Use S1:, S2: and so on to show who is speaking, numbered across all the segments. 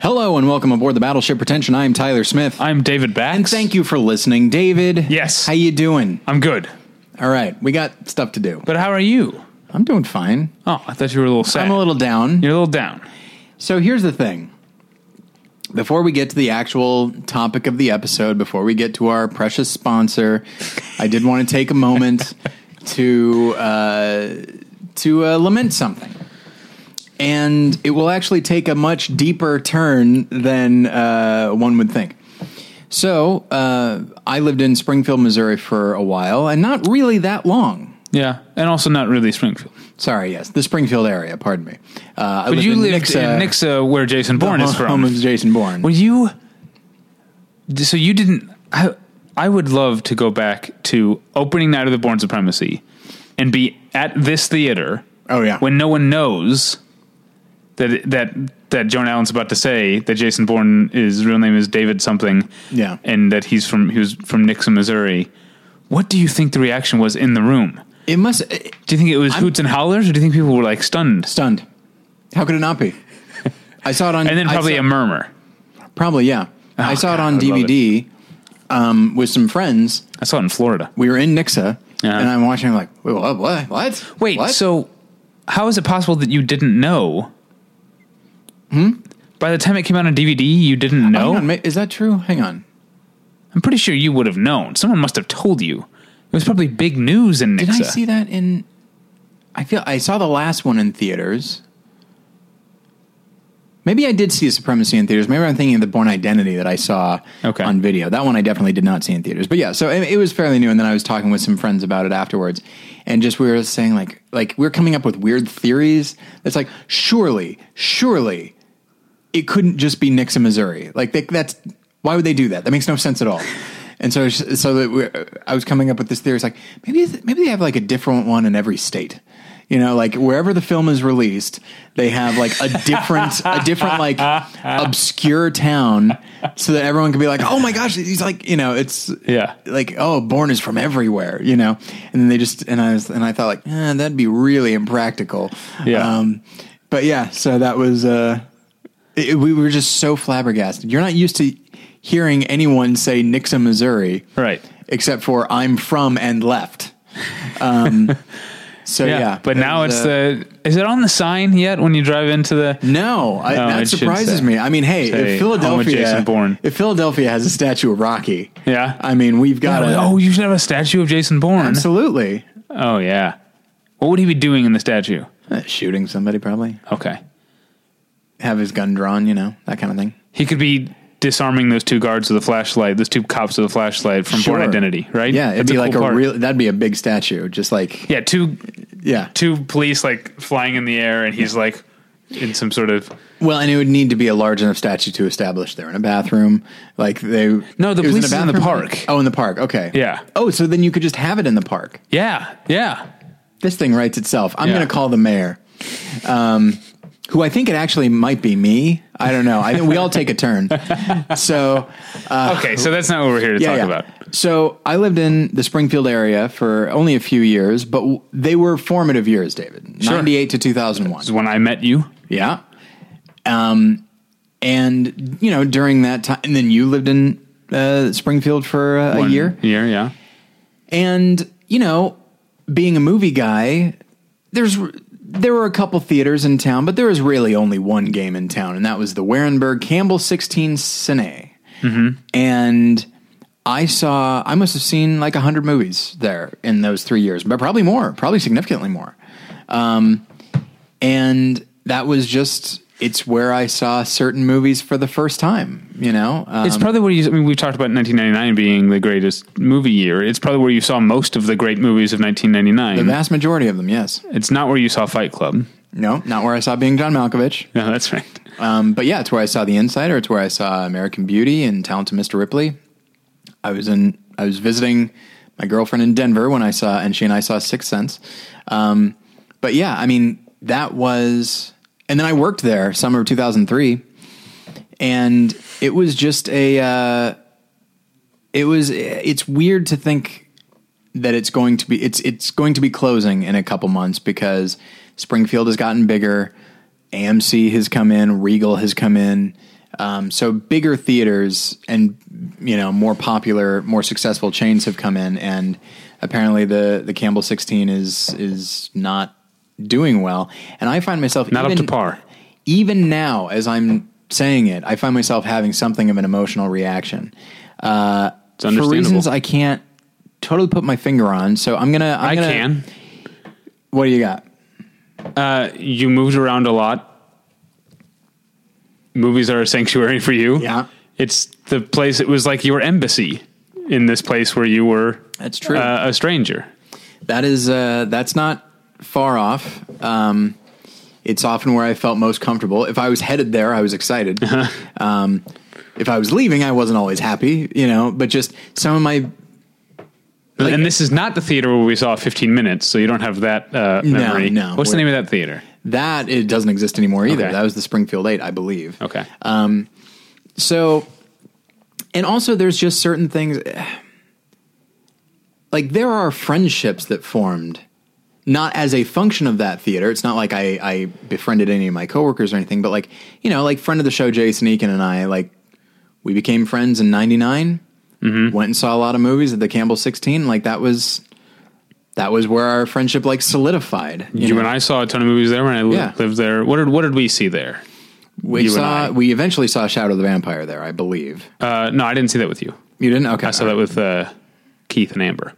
S1: Hello and welcome aboard the Battleship Pretension. I am Tyler Smith.
S2: I'm David Bax.
S1: and thank you for listening, David.
S2: Yes.
S1: How you doing?
S2: I'm good.
S1: All right, we got stuff to do.
S2: But how are you?
S1: I'm doing fine.
S2: Oh, I thought you were a little sad.
S1: I'm a little down.
S2: You're a little down.
S1: So here's the thing. Before we get to the actual topic of the episode, before we get to our precious sponsor, I did want to take a moment to uh, to uh, lament something, and it will actually take a much deeper turn than uh, one would think. So uh, I lived in Springfield, Missouri, for a while, and not really that long.
S2: Yeah, and also not really Springfield.
S1: Sorry, yes, the Springfield area. Pardon me. Uh, I
S2: But you lived
S1: Nixa,
S2: in Nixa, where Jason
S1: the
S2: Bourne is
S1: home of
S2: from.
S1: Jason Bourne.
S2: Were you? So you didn't. I, I would love to go back to opening night of the Born Supremacy, and be at this theater
S1: Oh yeah.
S2: when no one knows that that that Joan Allen's about to say that Jason Bourne his real name is David something.
S1: Yeah.
S2: And that he's from he was from Nixon, Missouri. What do you think the reaction was in the room?
S1: It must it,
S2: Do you think it was hoots and hollers or do you think people were like stunned?
S1: stunned. How could it not be? I saw it on
S2: And then
S1: I
S2: probably
S1: saw-
S2: a murmur.
S1: probably yeah. I saw it
S2: God,
S1: on
S2: I love
S1: DVD um, with some friends.
S2: I saw it in Florida.
S1: We were in Nixa,
S2: Yeah.
S1: and I'm watching. like, wait, what? What? what?
S2: Wait,
S1: What?
S2: so how is it possible that you didn't know? Hmm?
S1: Hmm?
S2: By the time it came out on DVD, you didn't
S1: Hang
S2: know?
S1: on, ma- is that true? Hang on.
S2: I'm pretty sure you would have known. Someone must have told you. It was probably big news in Nixa.
S1: Did I see that in? I feel I saw the last one in theaters. Maybe I did see Supremacy in theaters. Maybe I'm thinking of the Born Identity that I saw
S2: Okay.
S1: on video. That one I definitely did not see in theaters. But yeah, so it, it was fairly new. And then I was talking with some friends about it afterwards, and just we were saying like like we are coming up with weird theories. It's like surely, surely, it couldn't just be Nixon, Missouri. Like they, that's why would they do that? That makes no sense at all. And so, so that we, I was coming up with this theory. It's like maybe, maybe they have like a different one in every state. You know, like wherever the film is released, they have like a different, a different like obscure town, so that everyone can be like, "Oh my gosh, he's like," you know, it's
S2: Yeah.
S1: like oh, Born is from everywhere, you know. And then they just and I was and I thought like, eh, that'd be really impractical.
S2: Yeah.
S1: Um, but yeah, so that was uh, it, we were just so flabbergasted. You're not used to hearing anyone say Nixon, Missouri,
S2: Right.
S1: Except for I'm from and left. Um, so yeah,
S2: Yeah, but
S1: it
S2: now
S1: was,
S2: it's
S1: uh,
S2: the. Is it on the sign yet when you drive into the?
S1: no. I,
S2: No,
S1: that
S2: it should
S1: surprises
S2: say-
S1: me. I mean, hey,
S2: say,
S1: if
S2: home of
S1: Philadelphia,
S2: Jason Bourne.
S1: if Philadelphia has a statue of Rocky,
S2: Yeah.
S1: I mean, we've got a
S2: Oh, you should have a statue of Jason Bourne.
S1: absolutely
S2: Oh yeah. What would he be doing in the statue?
S1: Uh, shooting somebody probably
S2: Okay,
S1: have his gun drawn, you know, that kind of thing.
S2: he could be disarming those two guards with a flashlight, those two cops with a flashlight from Born
S1: Sure.
S2: Identity, right?
S1: Yeah, it'd
S2: That's
S1: be like
S2: cool
S1: a
S2: part.
S1: real. That'd be a big statue, just like
S2: Yeah, two
S1: yeah.
S2: two police like flying in the air, and he's like in some sort of.
S1: Well, and it would need to be a large enough statue to establish they're in a bathroom. Like they
S2: No, the
S1: it was
S2: police is in the
S1: bathroom?
S2: park.
S1: Oh, in the park. Okay.
S2: Yeah.
S1: Oh, so then you could just have it in the park.
S2: Yeah, yeah.
S1: This thing writes itself. I'm
S2: Yeah.
S1: going to call the mayor, um, who I think it actually might be me. I don't know. I think we all take a turn. So Uh,
S2: okay, so that's not what we're here to talk about.
S1: So I lived in the Springfield area for only a few years, but w- they were formative years, David.
S2: Sure.
S1: 98 to 2001.
S2: This is when I met you.
S1: Yeah. Um, and you know, during that time, and then you lived in uh, Springfield for uh, a
S2: One
S1: year,
S2: Year, yeah.
S1: and you know, being a movie guy, there's there were a couple theaters in town, but there was really only one game in town, and that was the Warenberg Campbell 16 Cine. And I saw, I must have seen like hundred movies there in those three years, but probably more, probably significantly more Um, and that was just it's where I saw certain movies for the first time. You know, um,
S2: It's probably where you. I mean, we've talked about 1999 being the greatest movie year. It's probably where you saw most of the great movies of
S1: the
S2: 1999.
S1: vast majority of them. Yes,
S2: It's not where you saw Fight Club.
S1: no, not where I saw Being John Malkovich,
S2: No, that's right.
S1: um, but yeah, it's where I saw The Insider. It's where I saw American Beauty and Talented Mr. Ripley. I was in, I was visiting my girlfriend in Denver when I saw, and she and I saw Sixth Sense. Um, but yeah, I mean that was, and then I worked there summer of 2003, and it was just a. Uh, it was it's weird to think that it's going to be it's it's going to be closing in a couple months because Springfield has gotten bigger, AMC has come in, Regal has come in, Um, so bigger theaters and you know more popular, more successful chains have come in, and apparently the the Campbell 16 is is not doing well. And I find myself
S2: Not up to par.
S1: Even now, as I'm saying it, I find myself having something of an emotional reaction uh, for
S2: understandable.
S1: reasons I can't totally put my finger on. So I'm gonna. I'm
S2: I
S1: gonna,
S2: can.
S1: What do you got?
S2: Uh, you moved around a lot. Movies are a sanctuary for you.
S1: Yeah.
S2: It's the place, it was like your embassy in this place where you were
S1: That's true.
S2: Uh, a stranger.
S1: That is uh, that's not far off. Um, it's often where I felt most comfortable. If I was headed there, I was excited.
S2: Uh-huh.
S1: Um, if I was leaving, I wasn't always happy, you know. But just some of my Like-
S2: and this is not the theater where we saw 15 minutes, so you don't have that uh, memory.
S1: no.
S2: What's the
S1: We're-
S2: name of that theater?
S1: that it doesn't exist anymore either.
S2: Okay.
S1: That was the Springfield Eight, I believe.
S2: Okay.
S1: So, and also, there's just certain things. Like there are friendships that formed, not as a function of that theater. It's not like I, I befriended any of my coworkers or anything, but like you know, like friend of the show Jason Eakin and I, like we became friends in '99.
S2: Mm-hmm.
S1: Went and saw a lot of movies at the Campbell 16. Like that was that was where our friendship like solidified.
S2: you and I saw a ton of movies there when I li-
S1: Yeah.
S2: lived there. What did, what did we see there?
S1: we
S2: you and
S1: saw
S2: I.
S1: we eventually saw Shadow of the Vampire there, I believe.
S2: Uh, no, I didn't see that with you.
S1: You didn't? Okay,
S2: I saw that with uh, Keith and Amber.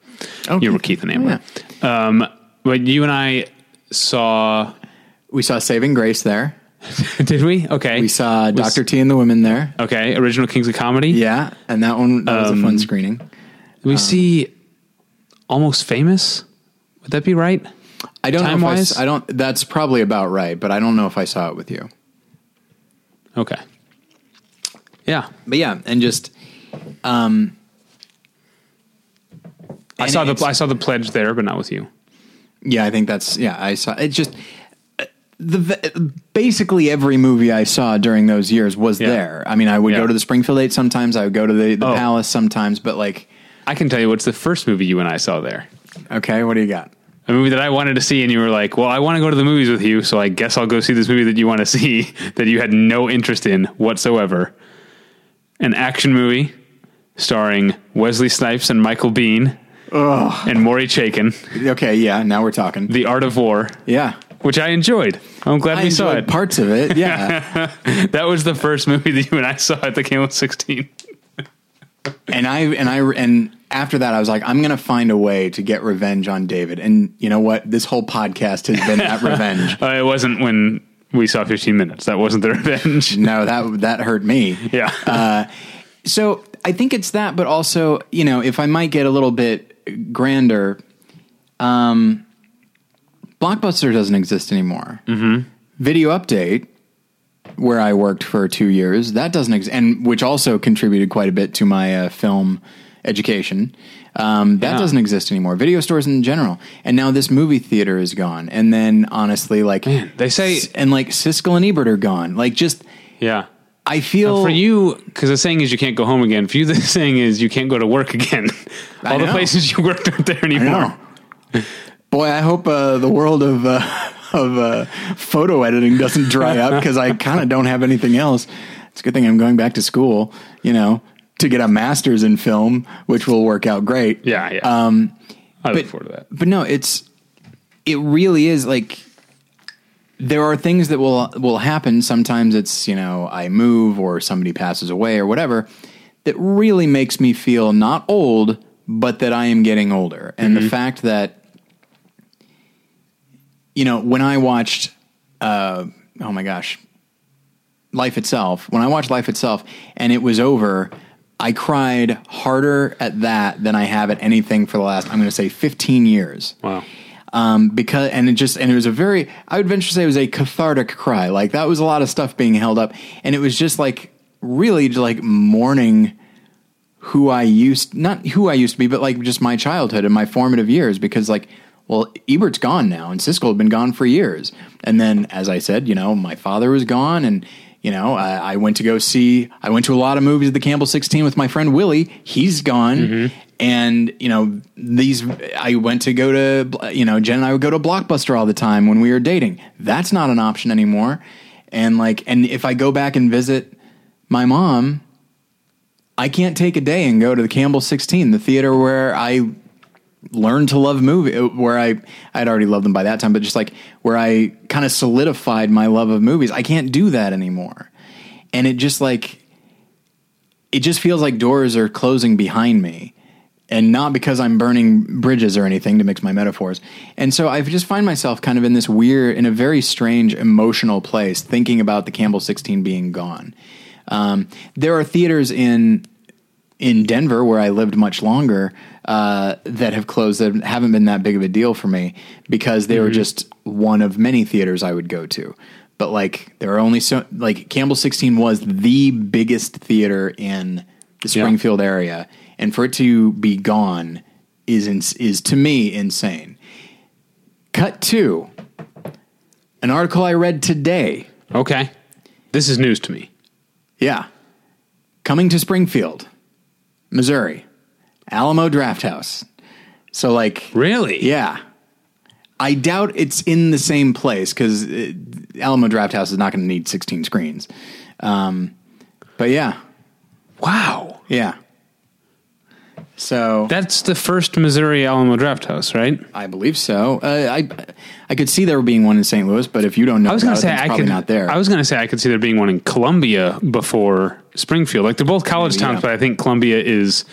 S1: Oh,
S2: you were Keith and Amber. Um, but you and I saw.
S1: we saw Saving Grace there.
S2: Did we? Okay.
S1: We saw Doctor T and the women there.
S2: Okay. Original Kings of Comedy.
S1: Yeah, and that one that was a
S2: Um,
S1: fun screening.
S2: We see Almost Famous. Would that be right?
S1: I don't know if I,
S2: time-wise?
S1: s- I don't. That's probably about right, but I don't know if I saw it with you.
S2: Okay. Yeah.
S1: But yeah, and just um,
S2: I
S1: And
S2: saw the
S1: it's-
S2: I saw the pledge there, but not with you.
S1: yeah, I think that's yeah. I saw it. Just uh, the v- basically every movie I saw during those years was there. I mean, I would
S2: Yeah.
S1: go to the Springfield Eight sometimes. I would go to the, the
S2: Oh.
S1: Palace sometimes. But like,
S2: I can tell you what's the first movie you and I saw there.
S1: okay, what do you got?
S2: A movie that I wanted to see, and you were like, "Well, I want to go to the movies with you, so I guess I'll go see this movie that you want to see that you had no interest in whatsoever." An action movie starring Wesley Snipes and Michael Bean and Maury Chaykin,
S1: Okay, yeah, now we're talking.
S2: The Art of War,
S1: Yeah,
S2: which I enjoyed. I'm glad
S1: I
S2: we saw
S1: enjoyed
S2: it.
S1: parts of it. Yeah,
S2: that was the first movie that you and I saw at the Camel 16.
S1: and I and I and after that, I was like, I'm gonna find a way to get revenge on David. And you know what? This whole podcast has been at revenge.
S2: Uh, it wasn't when we saw 15 minutes. That wasn't the revenge.
S1: No, that that hurt me.
S2: yeah.
S1: Uh, So I think it's that, but also, you know, if I might get a little bit grander, um, Blockbuster doesn't exist anymore. Mm-hmm. Video Update, where I worked for two years, that doesn't exist, and which also contributed quite a bit to my uh, film education. Um, that
S2: Yeah.
S1: doesn't exist anymore. Video stores in general, and now this movie theater is gone. And then, honestly, like
S2: they say-
S1: S- and like Siskel and Ebert are gone. Like, just
S2: yeah.
S1: I feel
S2: For you, because the saying is you can't go home again. For you, the saying is you can't go to work again.
S1: I
S2: All the
S1: know.
S2: places you worked aren't there
S1: No.
S2: anymore.
S1: Boy, I hope uh, the world of uh, of uh, photo editing doesn't dry up because I kind of don't have anything else. It's a good thing I'm going back to school, you know, to get a master's in film, which will work out great.
S2: Yeah, yeah. Um, I look
S1: but-
S2: forward to that.
S1: But no, it's it really is like there are things that will will happen. Sometimes it's you know I move or somebody passes away or whatever that really makes me feel not old, but that I am getting older, and the fact that you know when I watched uh, oh my gosh Life itself when I watched Life itself and it was over. I cried harder at that than I have at anything for the last, I'm going to say 15 years
S2: Wow.
S1: um, because and it just and it was a very I would venture to say it was a cathartic cry. Like that was a lot of stuff being held up, and it was just like really like mourning who I used not who I used to be, but like just my childhood and my formative years. Because like, well, Ebert's gone now, and Siskel had been gone for years, and then as I said, you know, my father was gone, and. You know, I, I went to go see. I went to a lot of movies at the Campbell 16 with my friend Willie. He's gone, and you know these i went to go to you know jen and i would go to blockbuster all the time when we were dating that's not an option anymore and like and if i go back and visit my mom, I can't take a day and go to the Campbell 16, the theater where I learned to love movie, uh, where I I'd already loved them by that time, but just like where I kind of solidified my love of movies. I can't do that anymore, and it just like it just feels like doors are closing behind me. And not because I'm burning bridges or anything to mix my metaphors. And so I just find myself kind of in this weird, in a very strange emotional place, thinking about the Campbell 16 being gone. Um, there are theaters in in Denver, where I lived much longer, uh, that have closed that haven't been that big of a deal for me because they were just one of many theaters I would go to. But like there are only so like Campbell 16 was the biggest theater in the Springfield area, and for it to be gone is ins- is to me insane. Cut two. An article I read today.
S2: Okay. This is news to me.
S1: Yeah. Coming to Springfield, Missouri, Alamo Draft House. So, like,
S2: Really?
S1: yeah. I doubt it's in the same place because Alamo Draft House is not going to need 16 screens. Um, but yeah,
S2: Wow.
S1: yeah. So
S2: That's the first Missouri Alamo Draft House, right?
S1: I believe so. Uh, I I could see there being one in St. Louis, but if you don't know,
S2: I was going
S1: about
S2: to
S1: it, then
S2: say
S1: it's
S2: I
S1: probably
S2: could
S1: not there.
S2: I was going to say I could see there being one in Columbia before Springfield. Like they're both college
S1: Maybe,
S2: towns,
S1: yeah.
S2: but I think Columbia is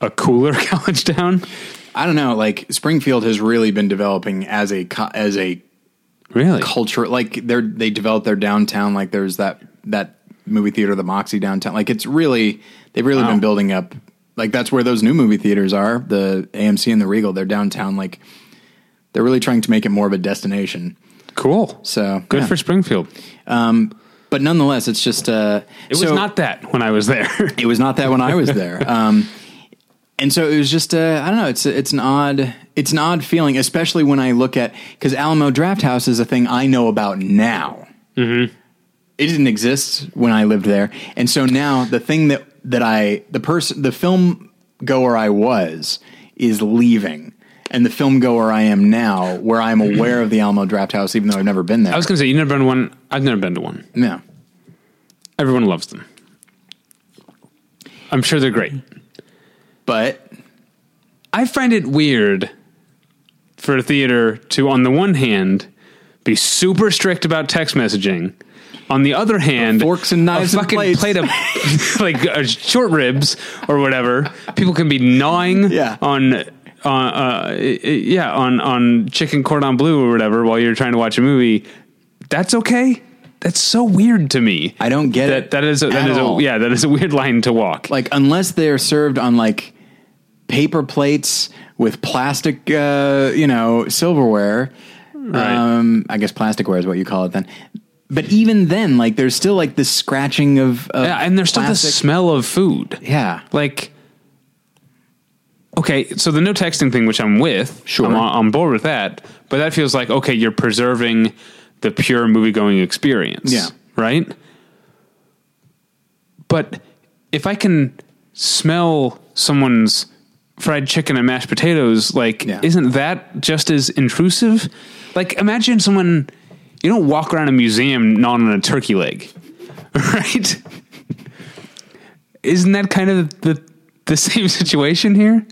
S2: a cooler college town.
S1: I don't know. Like Springfield has really been developing as a co- as a
S2: Really?
S1: culture like they're they developed their downtown like there's that that movie theater the moxie downtown like it's really they've really been building up like that's where those new movie theaters are the amc and the regal they're downtown like they're really trying to make it more of a destination
S2: Cool.
S1: so
S2: Good
S1: yeah.
S2: for Springfield.
S1: but nonetheless it's just uh
S2: It was not that when I was there.
S1: it was not that when I was there. Um, and so it was just uh, I don't know. It's it's an odd it's an odd feeling, especially when I look at because Alamo Draft House is a thing I know about now. Mm-hmm. It didn't exist when I lived there, and so now the thing that that I the person the film goer I was is leaving. And the film goer I am now, where I'm aware of the Alamo Draft House, even though I've never been there.
S2: I was going to say you never been to one. I've never been to one.
S1: no,
S2: Everyone loves them. I'm sure they're great.
S1: but
S2: I find it weird for a theater to, on the one hand, be super strict about text messaging. On the other hand,
S1: Forks and knives
S2: a
S1: and
S2: fucking
S1: plates.
S2: plate of like uh, short ribs or whatever. People can be gnawing
S1: Yeah.
S2: on. On, uh, i- i- yeah, on, on chicken cordon bleu or whatever while you're trying to watch a movie, that's okay. That's so weird to me.
S1: I don't get
S2: that
S1: it.
S2: that is a, that
S1: at
S2: is a,
S1: all.
S2: yeah that is a weird line to walk.
S1: like unless they're served on like paper plates with plastic uh you know silverware
S2: Right.
S1: um i guess plasticware is what you call it then but even then like there's still like this scratching of, of
S2: yeah, and there's still the
S1: plastic.
S2: smell of food.
S1: yeah
S2: like okay so the no texting thing which i'm with
S1: Sure.
S2: i'm on, on board with that but that feels like okay you're preserving the pure movie going experience
S1: Yeah.
S2: right but if i can smell someone's fried chicken and mashed potatoes like
S1: Yeah.
S2: isn't that just as intrusive like imagine someone you don't walk around a museum gnawing on a turkey leg right isn't that kind of the the same situation here?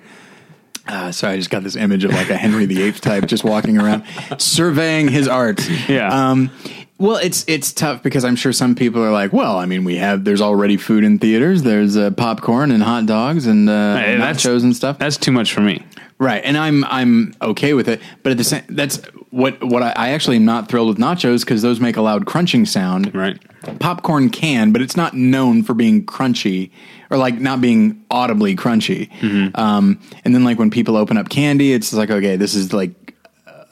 S1: uh, sorry i just got this image of like a henry viii type just walking around surveying his art
S2: Yeah.
S1: um well, it's it's tough because I'm sure some people are like, well, I mean, we have there's already food in theaters. There's uh, popcorn and hot dogs and uh,
S2: Hey, that's-
S1: nachos and stuff.
S2: That's too much for me.
S1: Right, and I'm I'm okay with it, but at the same, that's what what I, I actually am not thrilled with nachos because those make a loud crunching sound.
S2: Right.
S1: Popcorn can, but it's not known for being crunchy or like not being audibly crunchy.
S2: Mm-hmm.
S1: Um, and then like when people open up candy, it's like okay, this is like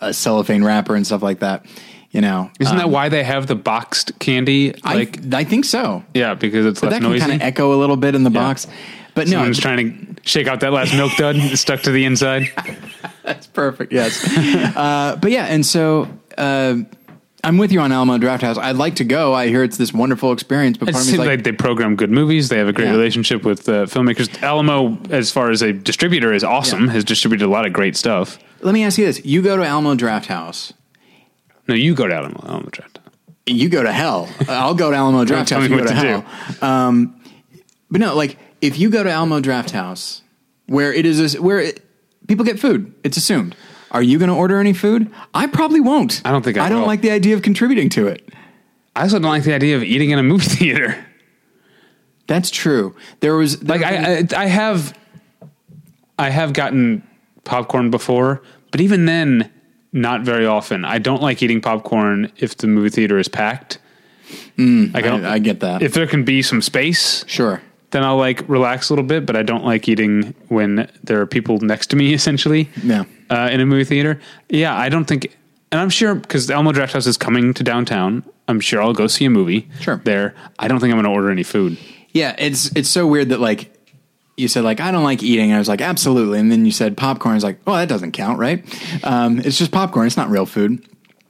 S1: a cellophane wrapper and stuff like that. You know, Uh,
S2: Isn't that why they have the boxed candy? Like,
S1: Um, I I think so.
S2: yeah, because it's less
S1: That can
S2: noisy.
S1: kind of echo a little bit in the box, but no,
S2: Someone's trying to shake out that last milk dud and it's stuck to the inside.
S1: That's perfect. Yes. uh, but yeah, and so uh, I'm with you on Alamo Draft House. I'd like to go. I hear it's this wonderful experience, but
S2: It
S1: part of me
S2: seems
S1: is
S2: like,
S1: like,
S2: they program good movies. They have a great
S1: Yeah.
S2: relationship with uh, filmmakers. Alamo, as far as a distributor, is awesome. Has distributed a lot of great stuff.
S1: let me ask you this: You go to Alamo Draft House.
S2: No, you go to Alamo, Alamo Draft.
S1: you go to hell. I'll go to Alamo Draft
S2: tell
S1: House.
S2: me
S1: You go
S2: what
S1: to
S2: to
S1: hell. Um, but no, like if you go to Alamo Draft House, where it is where it, people get food, it's assumed. Are you going to order any food? I probably won't.
S2: I don't think I
S1: don't
S2: will.
S1: like the idea of contributing to it.
S2: I also don't like the idea of eating in a movie theater.
S1: That's true. There was there
S2: Like
S1: was-
S2: I, I, I have, I have gotten popcorn before, but even then, not very often. I don't like eating popcorn if the movie theater is packed. like I, don't,
S1: Mm, I, I get that.
S2: if there can be some space,
S1: sure.
S2: then I'll like relax a little bit. But I don't like eating when there are people next to me, essentially.
S1: Yeah.
S2: Uh, in a movie theater, yeah, I don't think, and I'm sure because the Elmo Draft House is coming to downtown. I'm sure I'll go see a movie.
S1: Sure.
S2: There, I don't think I'm going to order any food.
S1: Yeah, it's it's so weird that like you said like I don't like eating. I was like absolutely, and then you said popcorn. I was like, oh, that doesn't count, right? Um, it's just popcorn. It's not real food.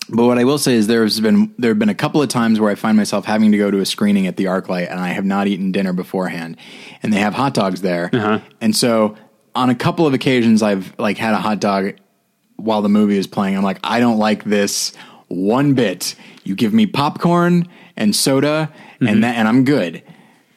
S1: But what I will say is there's been there have been a couple of times where I find myself having to go to a screening at the ArcLight, and I have not eaten dinner beforehand, and they have hot dogs there, and so on a couple of occasions I've like had a hot dog while the movie is playing. I'm like, I don't like this one bit. You give me popcorn and soda, and that, and I'm good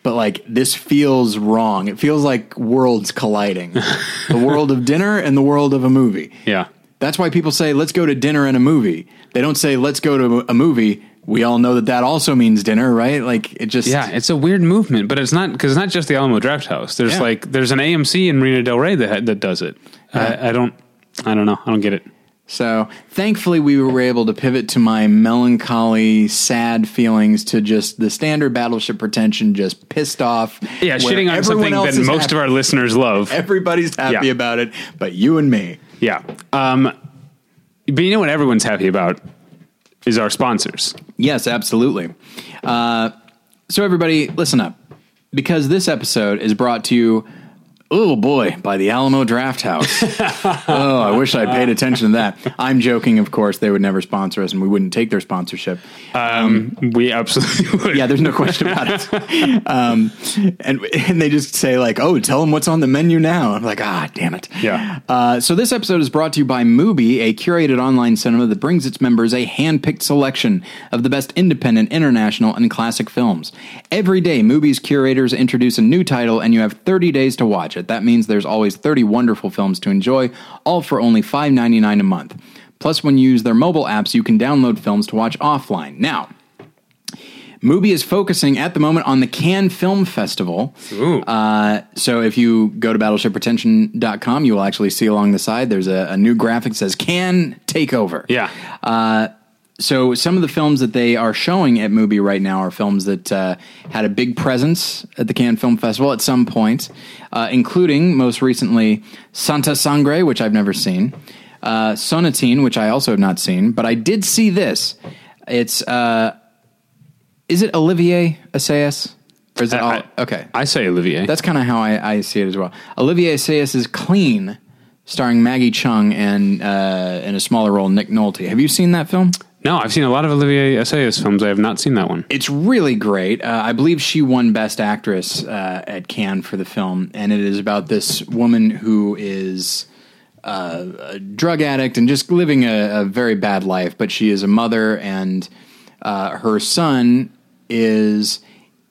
S1: but like this feels wrong. It feels like worlds colliding. the world of dinner and the world of a movie.
S2: Yeah.
S1: That's why people say let's go to dinner and a movie. They don't say let's go to a movie. We all know that that also means dinner, right? Like it just
S2: Yeah, it's a weird movement, but it's not because it's not just the Alamo Draft House. There's
S1: Yeah.
S2: like there's an AMC in Marina Del Rey that ha- that does it. I, I don't, I don't know, I don't get it.
S1: So thankfully, we were able to pivot to my melancholy, sad feelings to just the standard battleship pretension, just pissed off.
S2: Yeah,
S1: where
S2: shitting on
S1: everyone
S2: something that
S1: else is
S2: most
S1: happy-
S2: of our listeners love.
S1: everybody's happy
S2: Yeah.
S1: about it, but you and me.
S2: yeah, um, but you know what everyone's happy about is our sponsors.
S1: Yes, absolutely. Uh, so, everybody, listen up because this episode is brought to you, oh boy, by the Alamo Draft House. oh, I wish I paid attention to that. I'm joking, of course. They would never sponsor us and we wouldn't take their sponsorship.
S2: We absolutely would.
S1: Yeah, there's no question about it. Um, and, and they just say, like, oh, tell them what's on the menu now. I'm like, ah, damn it.
S2: Yeah.
S1: Uh, so this episode is brought to you by Mubi, a curated online cinema that brings its members a hand-picked selection of the best independent, international, and classic films. Every day, Mubi's curators introduce a new title, and you have 30 days to watch it. That means there's always 30 wonderful films to enjoy, all for only $5.99 a month. Plus, when you use their mobile apps, you can download films to watch offline. Now, Mubi is focusing at the moment on the Cannes Film Festival.
S2: Ooh.
S1: Uh, so if you go to battleshipretention.com, you will actually see along the side there's a, a new graphic that says Can Takeover.
S2: Yeah.
S1: So some of the films that they are showing at Mubi right now are films that uh, had a big presence at the Cannes Film Festival at some point, uh, including most recently Santa Sangre, which I've never seen, uh, Sonatine, which I also have not seen, but I did see this. It's uh, is it Olivier Assayas? Or is it all,
S2: I-
S1: okay?
S2: I say Olivier.
S1: That's kind of how I, I see it as well. Olivier Assayas is Clean, starring Maggie Chung and uh, in a smaller role Nick Nolte. Have you seen that film?
S2: no, I've seen a lot of Olivier Assayas films. I have not seen that one.
S1: It's really great. Uh, I believe she won Best Actress uh, at Cannes for the film, and it is about this woman who is uh, a drug addict and just living a, a very bad life. But she is a mother, and uh, her son is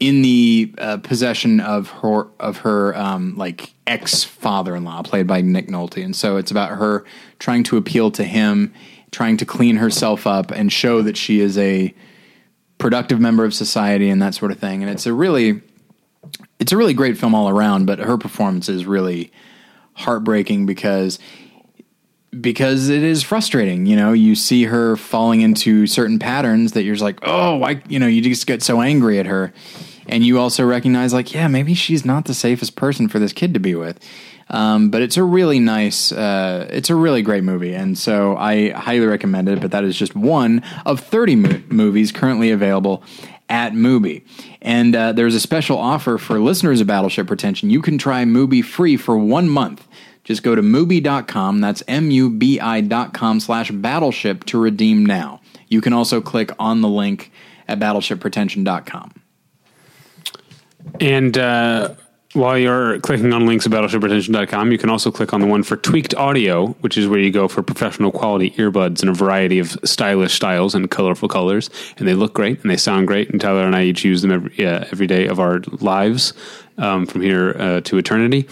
S1: in the uh, possession of her of her um, like ex father in law, played by Nick Nolte, and so it's about her trying to appeal to him, trying to clean herself up, and show that she is a productive member of society and that sort of thing. And it's a really, it's a really great film all around. But her performance is really heartbreaking because because it is frustrating. You know, you see her falling into certain patterns that you're just like, oh, why? You know, you just get so angry at her, and you also recognize like, yeah, maybe she's not the safest person for this kid to be with. Um, but it's a really nice, uh, it's a really great movie, and so I highly recommend it. But that is just one of thirty mo- movies currently available at Mubi. And uh, there's a special offer for listeners of Battleship Retention. You can try Mubi free for one month. Just go to Mubi.com, that's M-U-B-I dot com slash Battleship to redeem now. You can also click on the link at BattleshipRetention.com.
S2: And uh, While you're clicking on links at battleshipretention.com, you can also click on the one for tweaked audio, which is where you go for professional quality earbuds in a variety of stylish styles and colorful colors. And they look great and they sound great. And Tyler and I each use them every, yeah, every day of our lives um, from here uh, to eternity.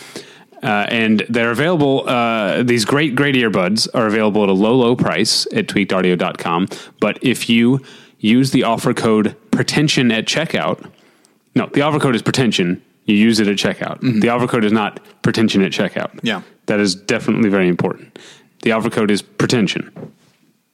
S2: Uh, and they're available. Uh, these great, great earbuds are available at a low, low price at tweakedaudio.com. But if you use the offer code pretension at checkout, no, the offer code is pretension. You use it at checkout. The offer code is not pretension at checkout.
S1: Mm-hmm. Yeah.
S2: That is definitely very important. The offer code is pretension.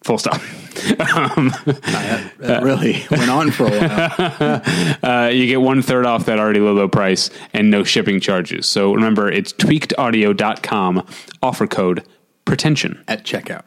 S2: Full stop.
S1: That really went on for a while.
S2: Uh, you get one third off that already low, low price and no shipping charges. So remember, it's tweakedaudio.com, offer code pretension.
S1: At checkout.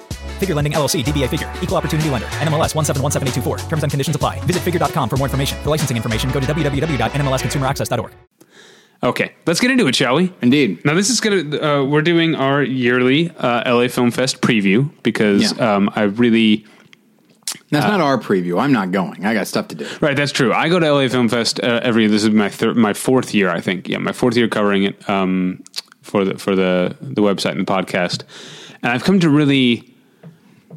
S3: Figure Lending LLC, DBA Figure, Equal Opportunity Lender, NMLS 1717824. Terms and conditions apply. Visit figure.com for more information. For licensing information, go to www.nmlsconsumeraccess.org.
S2: Okay, let's get into it, shall we?
S1: Indeed.
S2: Now this is gonna. Uh, we're doing our yearly uh, LA Film Fest preview because
S1: Yeah.
S2: um, I really
S1: That's not our preview. I'm not going. I got stuff to do.
S2: right. That's true. I go to LA Film Fest uh, every. This is my thir- my fourth year, I think. Yeah, my fourth year covering it um, for the for the the website and the podcast, and I've come to really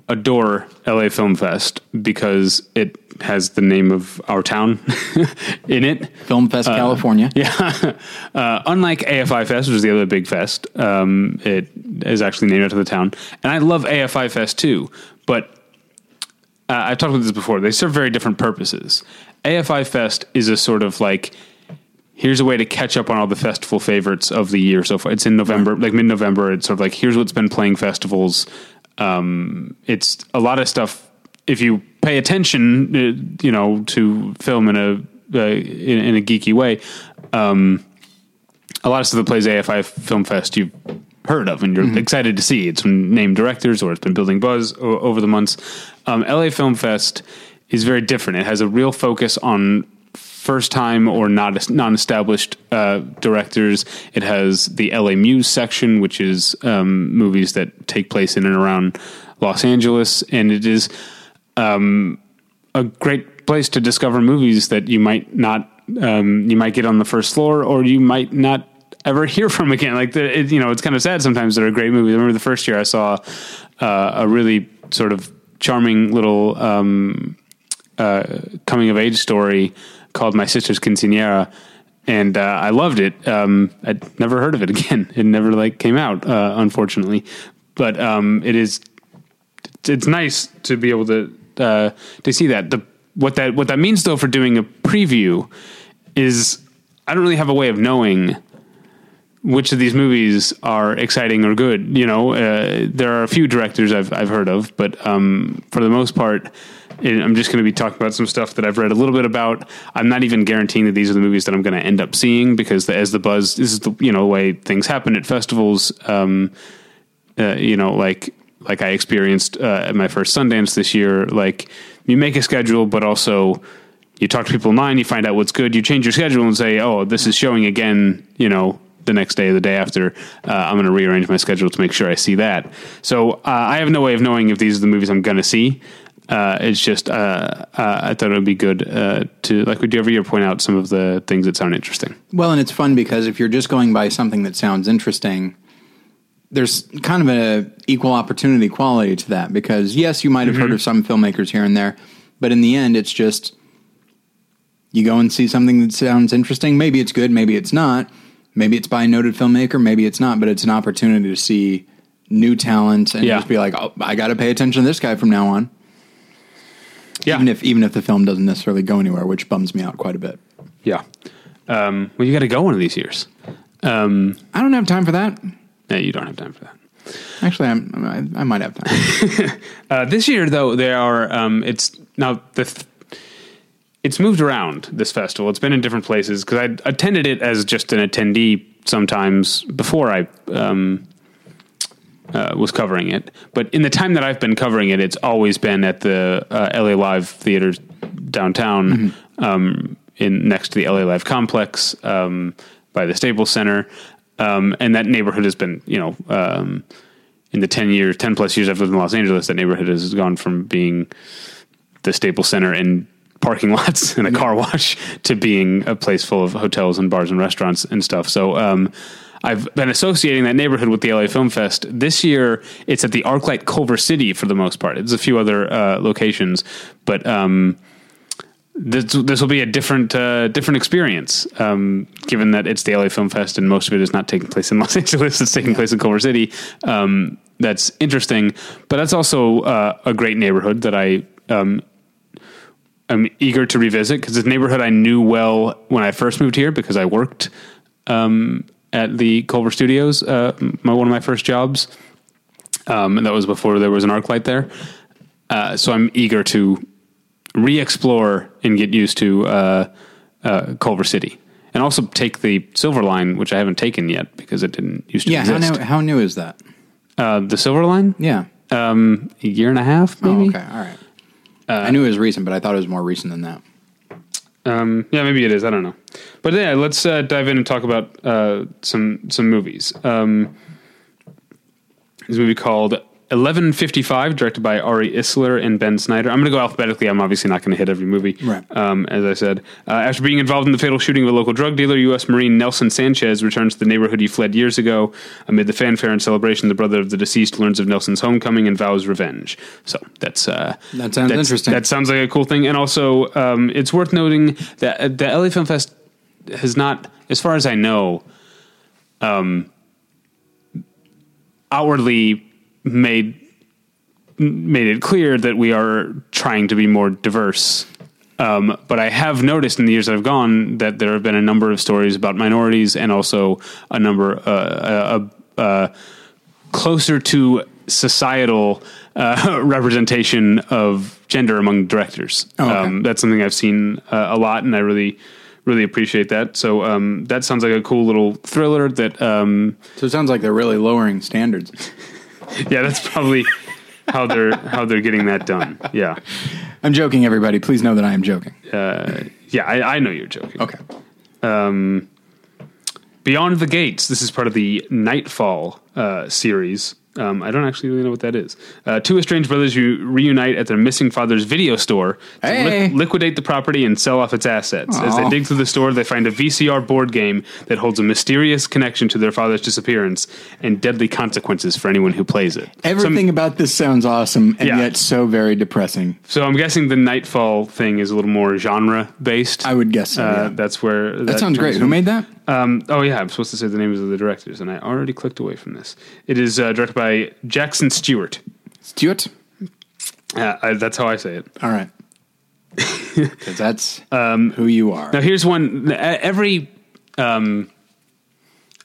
S2: adore LA Film Fest because it has the name of our town in it.
S1: Film Fest California.
S2: Yeah. Uh, unlike AFI Fest, which is the other big fest, um, it is actually named after the town. And I love AFI Fest too, but uh, I've talked about this before. They serve very different purposes. AFI Fest is a sort of like here's a way to catch up on all the festival favorites of the year so far. It's in November, like mid November. It's sort of like here's what's been playing festivals. Um, it's a lot of stuff. If you pay attention, uh, you know, to film in a uh, in, in a geeky way, um, a lot of stuff that plays AFI Film Fest you've heard of and you're excited to see. It's from named directors or it's been building buzz o- over the months. Um, LA Film Fest is very different. It has a real focus on first time or not non established uh, directors. It has the LA Muse section, which is um, movies that take place in and around Los Angeles, and it is a great place to discover movies that you might not um, you might get on the first floor or you might not ever hear from again. Like the, it, you know, it's kind of sad sometimes. There are great movies. I remember the first year I saw uh, a really sort of charming little um, uh, coming of age story called My Sister's Quinceanera. And uh, I loved it. Um, I'd never heard of it again. It never like came out, uh, unfortunately. But um, it is it's nice to be able to uh, to see that. The what that what that means though for doing a preview is I don't really have a way of knowing which of these movies are exciting or good. You know, uh, there are a few directors I've I've heard of, but um, for the most part. it- I'm just going to be talking about some stuff that I've read a little bit about. I'm not even guaranteeing that these are the movies that I'm going to end up seeing because the, as the buzz, this is the you know the way things happen at festivals. Um, uh, you know, like like I experienced uh, at my first Sundance this year. Like you make a schedule, but also you talk to people online, you find out what's good, you change your schedule and say, oh, this is showing again. You know, the next day, the day after, uh, I'm going to rearrange my schedule to make sure I see that. So uh, I have no way of knowing if these are the movies I'm going to see. Uh, it's just uh, uh, I thought it would be good uh, to, like we do every year, point out some of the things that sound interesting.
S1: Well, and it's fun because if you're just going by something that sounds interesting, there's kind of a equal opportunity quality to that because yes, you might have heard of some filmmakers here and there, but in the end, it's just you go and see something that sounds interesting. Maybe it's good, maybe it's not. Maybe it's by a noted filmmaker, maybe it's not. But it's an opportunity to see new talent and
S2: Yeah.
S1: just be like, oh, I got to pay attention to this guy from now on.
S2: Yeah.
S1: Even if even if the film doesn't necessarily go anywhere, which bums me out quite a bit.
S2: yeah. Um, well, you got to go one of these years. Um,
S1: I don't have time for that.
S2: no, you don't have time for that.
S1: Actually, I'm, I, I might have time.
S2: Uh, this year, though, there are um, it's now the th- it's moved around this festival. It's been in different places because I attended it as just an attendee sometimes before I um, uh, was covering it. But in the time that I've been covering it, it's always been at the uh, LA Live Theater downtown, um, in next to the LA Live complex um, by the Staples Center, um, and that neighborhood has been you know. Um, in the 10 years, 10 plus years I've lived in Los Angeles, that neighborhood has gone from being the Staples Center and parking lots and a car wash to being a place full of hotels and bars and restaurants and stuff. So um, I've been associating that neighborhood with the LA Film Fest. This year, it's at the ArcLight Culver City for the most part. There's a few other uh, locations, but um, this this will be a different uh, different experience, um, given that it's the LA Film Fest and most of it is not taking place in Los Angeles; it's taking place in Culver City. Um, that's interesting, but that's also uh, a great neighborhood that I um, am eager to revisit because it's a neighborhood I knew well when I first moved here because I worked um, at the Culver Studios, uh, my, one of my first jobs, um, and that was before there was an arc light there. Uh, so I'm eager to re-explore and get used to uh, uh, Culver City, and also take the Silver Line, which I haven't taken yet because it didn't used to
S1: Yeah, how
S2: exist.
S1: new, how new is that?
S2: uh, the Silver Line,
S1: Yeah.
S2: um, a year and a half,
S1: Oh,
S2: maybe.
S1: okay, all right. I knew it was recent, but I thought it was more recent than that.
S2: Um, yeah, maybe it is. I don't know. But yeah, let's uh, dive in and talk about uh, some some movies. Um, this movie called. 1155 directed by Ari Isler and Ben Snyder. I'm going to go alphabetically. I'm obviously not going to hit every movie.
S1: Right.
S2: Um, as I said, uh, after being involved in the fatal shooting of a local drug dealer, U.S. Marine Nelson Sanchez returns to the neighborhood he fled years ago. Amid the fanfare and celebration, the brother of the deceased learns of Nelson's homecoming and vows revenge. So that's uh,
S1: That sounds
S2: that's-
S1: interesting.
S2: That sounds like a cool thing. And also, um, it's worth noting that uh, the LA Film Fest has not, as far as I know, um, outwardly made made it clear that we are trying to be more diverse. Um, but I have noticed in the years that I've gone that there have been a number of stories about minorities and also a number uh, uh, uh, uh, closer to societal uh, representation of gender among directors.
S1: Oh, okay.
S2: Um, that's something I've seen uh, a lot, and I really, really appreciate that. So um, that sounds like a cool little thriller that um,
S1: So it sounds like they're really lowering standards.
S2: yeah, that's probably how they're how they're getting that done. Yeah,
S1: I'm joking, everybody. Please know that I am joking.
S2: yeah, I, I know you're joking.
S1: Okay.
S2: Beyond the Gates. This is part of the Nightfall uh, series. Um, I don't actually really know what that is. Uh, two estranged brothers who reunite at their missing father's video store to li-
S1: Hey.
S2: liquidate the property and sell off its assets. As they
S1: Aw.
S2: dig through the store, they find a VCR board game that holds a mysterious connection to their father's disappearance and deadly consequences for anyone who plays it. Some-
S1: Everything about this sounds awesome and
S2: Yeah.
S1: yet so very depressing.
S2: So I'm guessing the Nightfall thing is a little more genre based.
S1: I would guess so.
S2: Uh,
S1: yeah.
S2: That's where
S1: That sounds great. Who made that?
S2: Um, oh yeah, I'm supposed to say the names of the directors, and I already clicked away from this. It is uh, directed by Jackson Stewart.
S1: Stuart?
S2: Uh, I, that's how I say it.
S1: All right. 'Cause that's who you are.
S2: Now here's one. e- Every um,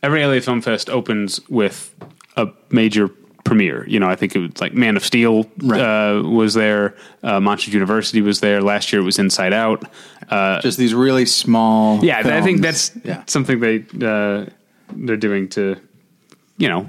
S2: every LA Film Fest opens with a major premiere. You know, I think it was like Man of Steel
S1: Right.
S2: uh, was there. Uh, Monsters University was there last year. It was Inside Out.
S1: Just these really small.
S2: Yeah, I
S1: films.
S2: think that's
S1: Yeah.
S2: something they uh, they're doing to, you know,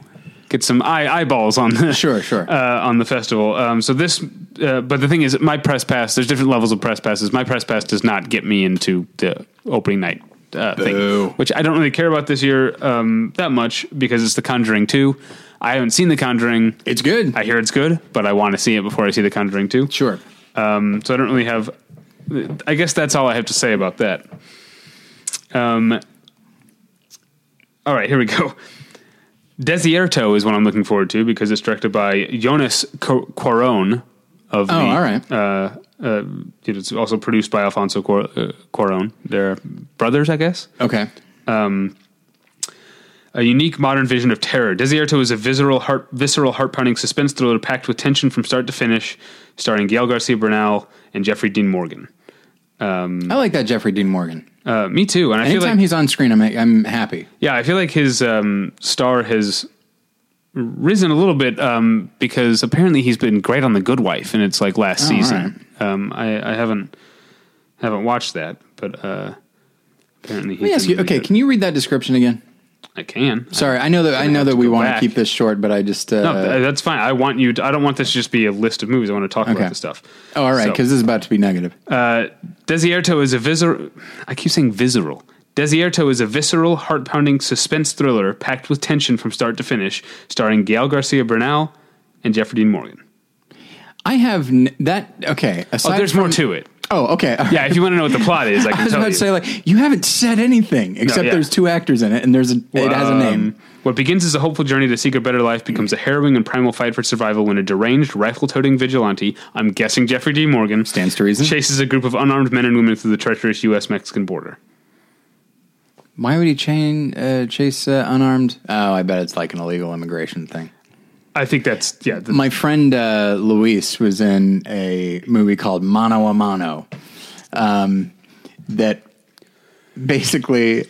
S2: get some eye eyeballs on the
S1: Sure, sure.
S2: uh, on the festival. Um, so this, uh, but the thing is, my press pass. There's different levels of press passes. My press pass does not get me into the opening night. Uh, thing,
S1: Boo.
S2: which I don't really care about this year um, that much because it's The Conjuring 2. I haven't seen The Conjuring.
S1: It's good.
S2: I hear it's good, but I want to see it before I see The Conjuring 2.
S1: sure.
S2: Um, so I don't really have. I guess that's all I have to say about that. Um, all right, here we go. Desierto is what I'm looking forward to because it's directed by Jonas Cu- Cuaron of
S1: Oh,
S2: the,
S1: all right.
S2: Uh, uh, it's also produced by Alfonso Cuar- uh, Cuaron. They're brothers, I guess
S1: Okay.
S2: a unique modern vision of terror. Desierto is a visceral, heart visceral, heart pounding suspense thriller packed with tension from start to finish, starring Gail Garcia Bernal and Jeffrey Dean Morgan.
S1: I like that Jeffrey Dean Morgan.
S2: Uh, me too, and I feel
S1: Anytime
S2: like
S1: he's on screen, I'm I'm happy.
S2: yeah, I feel like his um, star has risen a little bit um, because apparently he's been great on The Good Wife, and it's like last
S1: Oh,
S2: season. Um, I, I haven't haven't watched that, but uh, apparently he's
S1: Let me ask
S2: been
S1: you.
S2: really
S1: Okay,
S2: good.
S1: can you read that description again?
S2: I can.
S1: Sorry, I know that I know that we
S2: go
S1: want
S2: back.
S1: to keep this short, but I just uh,
S2: No, th- that's fine. I want you. To, I don't want this to just be a list of movies. I want to talk
S1: Okay.
S2: about this stuff.
S1: oh, all right
S2: So,
S1: because this is about to be negative.
S2: Desierto is a visceral. I keep saying visceral. Desierto is a visceral, heart pounding suspense thriller packed with tension from start to finish, starring Gail Garcia Bernal and Jeffrey Dean Morgan.
S1: I have n- that. Okay,
S2: Oh,
S1: aside
S2: there's
S1: from-
S2: more to it.
S1: Oh, okay. all
S2: Yeah, if you want to know what the plot is, I
S1: I
S2: can
S1: was
S2: tell
S1: about
S2: you.
S1: to say like you haven't said anything except
S2: yeah.
S1: there's two actors in it and there's a, it has a name.
S2: What begins as a hopeful journey to seek a better life becomes a harrowing and primal fight for survival when a deranged, rifle toting vigilante, I'm guessing Jeffrey D. Morgan,
S1: Stands to reason.
S2: chases a group of unarmed men and women through the treacherous U.S. Mexican border.
S1: Why would he chain uh, chase uh, unarmed? Oh, I bet it's like an illegal immigration thing.
S2: I think that's, yeah. The,
S1: My friend uh, Luis was in a movie called Mano a Mano, um, that basically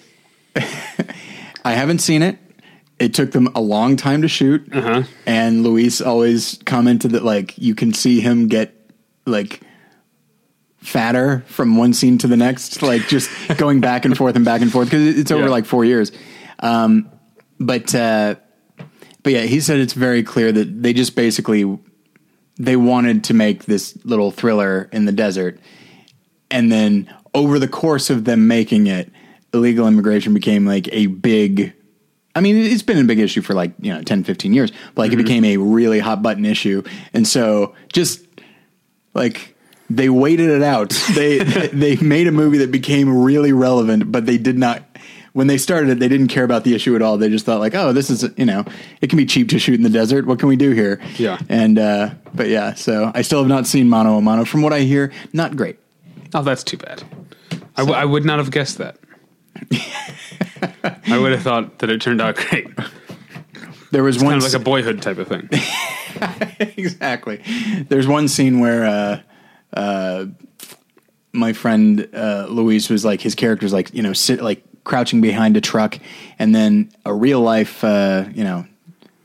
S1: I haven't seen it. It took them a long time to shoot, and Luis always commented that like you can see him get like fatter from one scene to the next, like just going back and forth and back and forth because it's over
S2: Yeah.
S1: like four years. Um, but uh, but yeah, he said it's very clear that they just basically they wanted to make this little thriller in the desert, and then over the course of them making it, illegal immigration became like a big. I mean, it's been a big issue for like, you know, 10, 15 years, but like it became a really hot button issue. And so just like they waited it out. They they made a movie that became really relevant, but they did not. When they started it, they didn't care about the issue at all. They just thought like, oh, this is you know, it can be cheap to shoot in the desert. What can we do here?
S2: Yeah.
S1: And uh, but yeah, so I still have not seen Mono a Mono. From what I hear, not great.
S2: oh, that's too bad. I, w- I would not have guessed that. I would have thought that it turned out great.
S1: There was one
S2: Kind of like a
S1: s-
S2: boyhood type of thing.
S1: exactly. There's one scene where uh, uh, my friend uh, Luis was like, his character's like, you know, sit like crouching behind a truck, and then a real life, uh, you know,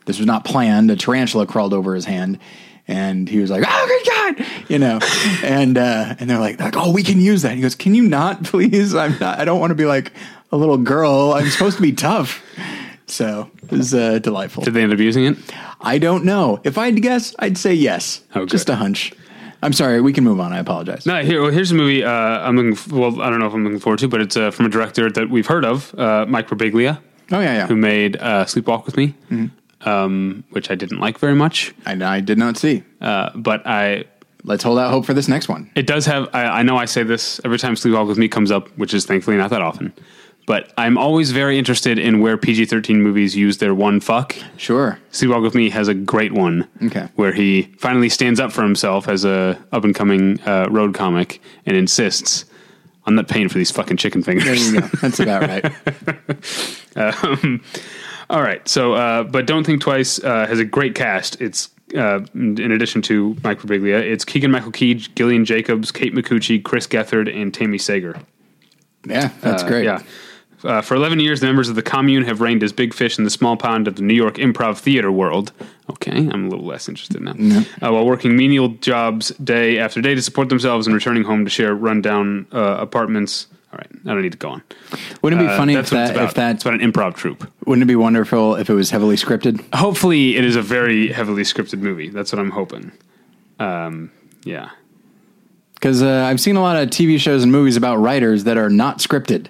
S1: this was not planned. A tarantula crawled over his hand. And he was like, "Oh good God!" You know, and uh, and they're like, like, "Oh, we can use that." He goes, "Can you not, please? I'm not. I don't want to be like a little girl. I'm supposed to be tough." So it was uh, delightful.
S2: Did they end up using it?
S1: I don't know. If I had to guess, I'd say yes.
S2: Oh, good.
S1: Just a hunch. I'm sorry. We can move on. I apologize.
S2: No, here, well, here's a movie uh, I'm looking. f well, I don't know if I'm looking forward to, but it's uh, from a director that we've heard of, uh, Mike Birbiglia,
S1: Oh yeah,
S2: who
S1: yeah.
S2: made uh, Sleepwalk with Me, um, which I didn't like very much.
S1: And I did not see.
S2: Uh, but I,
S1: Let's hold out hope for this next one.
S2: it does have. I, I know I say this every time Sleepwalk with Me comes up, which is thankfully not that often. But I'm always very interested in where PG-13 movies use their one fuck.
S1: Sure.
S2: Sleepwalk with Me has a great one,
S1: Okay.
S2: where he finally stands up for himself as a up and coming uh, road comic and insists, "I'm not paying for these fucking chicken fingers."
S1: There you go. That's about right.
S2: All right. So, uh, but Don't Think Twice uh, has a great cast. It's uh, in addition to Mike Birbiglia, it's Keegan Michael Key, Gillian Jacobs, Kate McCucci, Chris Gethard, and Tammy Sager.
S1: Yeah, that's
S2: Uh,
S1: great.
S2: Yeah. Uh, for 11 years, the members of the commune have reigned as big fish in the small pond of the New York improv theater world. Okay, I'm a little less interested now. Uh, while working menial jobs day after day to support themselves and returning home to share rundown uh, apartments. All right, I don't need to go on.
S1: Wouldn't it be
S2: Uh,
S1: funny if
S2: that's what it's
S1: that
S2: about.
S1: if that
S2: It's about an improv troupe.
S1: wouldn't it be wonderful if it was heavily scripted?
S2: hopefully it is a very heavily scripted movie. That's what I'm hoping. Um, yeah.
S1: Because uh, I've seen a lot of TV shows and movies about writers that are not scripted.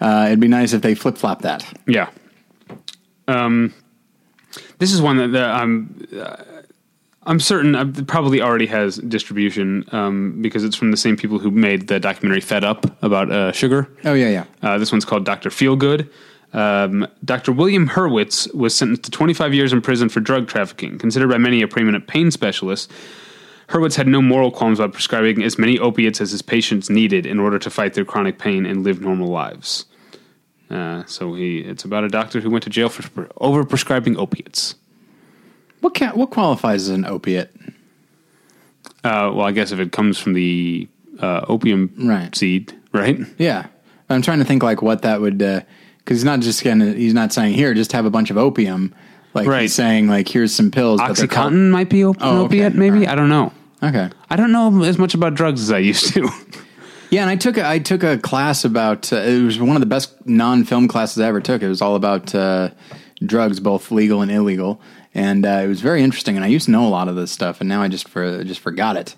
S1: Uh, it'd be nice if they flip flop that.
S2: Yeah. Um, this is one that, that I'm, uh, I'm certain uh, it probably already has distribution um, because it's from the same people who made the documentary Fed Up about uh, sugar.
S1: Oh yeah, yeah.
S2: Uh, this one's called Dr. Feelgood. Um, Dr. William Hurwitz was sentenced to 25 years in prison for drug trafficking. Considered by many a preeminent pain specialist, Hurwitz had no moral qualms about prescribing as many opiates as his patients needed in order to fight their chronic pain and live normal lives. Uh, so he, it's about a doctor who went to jail for pre- overprescribing opiates.
S1: What ca- what qualifies as an opiate?
S2: Uh, well, I guess if it comes from the uh, opium
S1: Right.
S2: seed, right?
S1: Yeah, I'm trying to think like what that would because he's not just gonna he's not saying here just have a bunch of opium. Like
S2: Right.
S1: he's saying like here's some pills. but they're called-"
S2: Oxycontin might be op-
S1: Oh,
S2: an
S1: okay.
S2: opiate, maybe.
S1: All right.
S2: I don't know.
S1: Okay,
S2: I don't know as much about drugs as I used to.
S1: Yeah, and I took a, I took a class about uh, it was one of the best non film classes I ever took. It was all about uh, drugs, both legal and illegal, and uh, it was very interesting. And I used to know a lot of this stuff, and now I just for, just forgot it.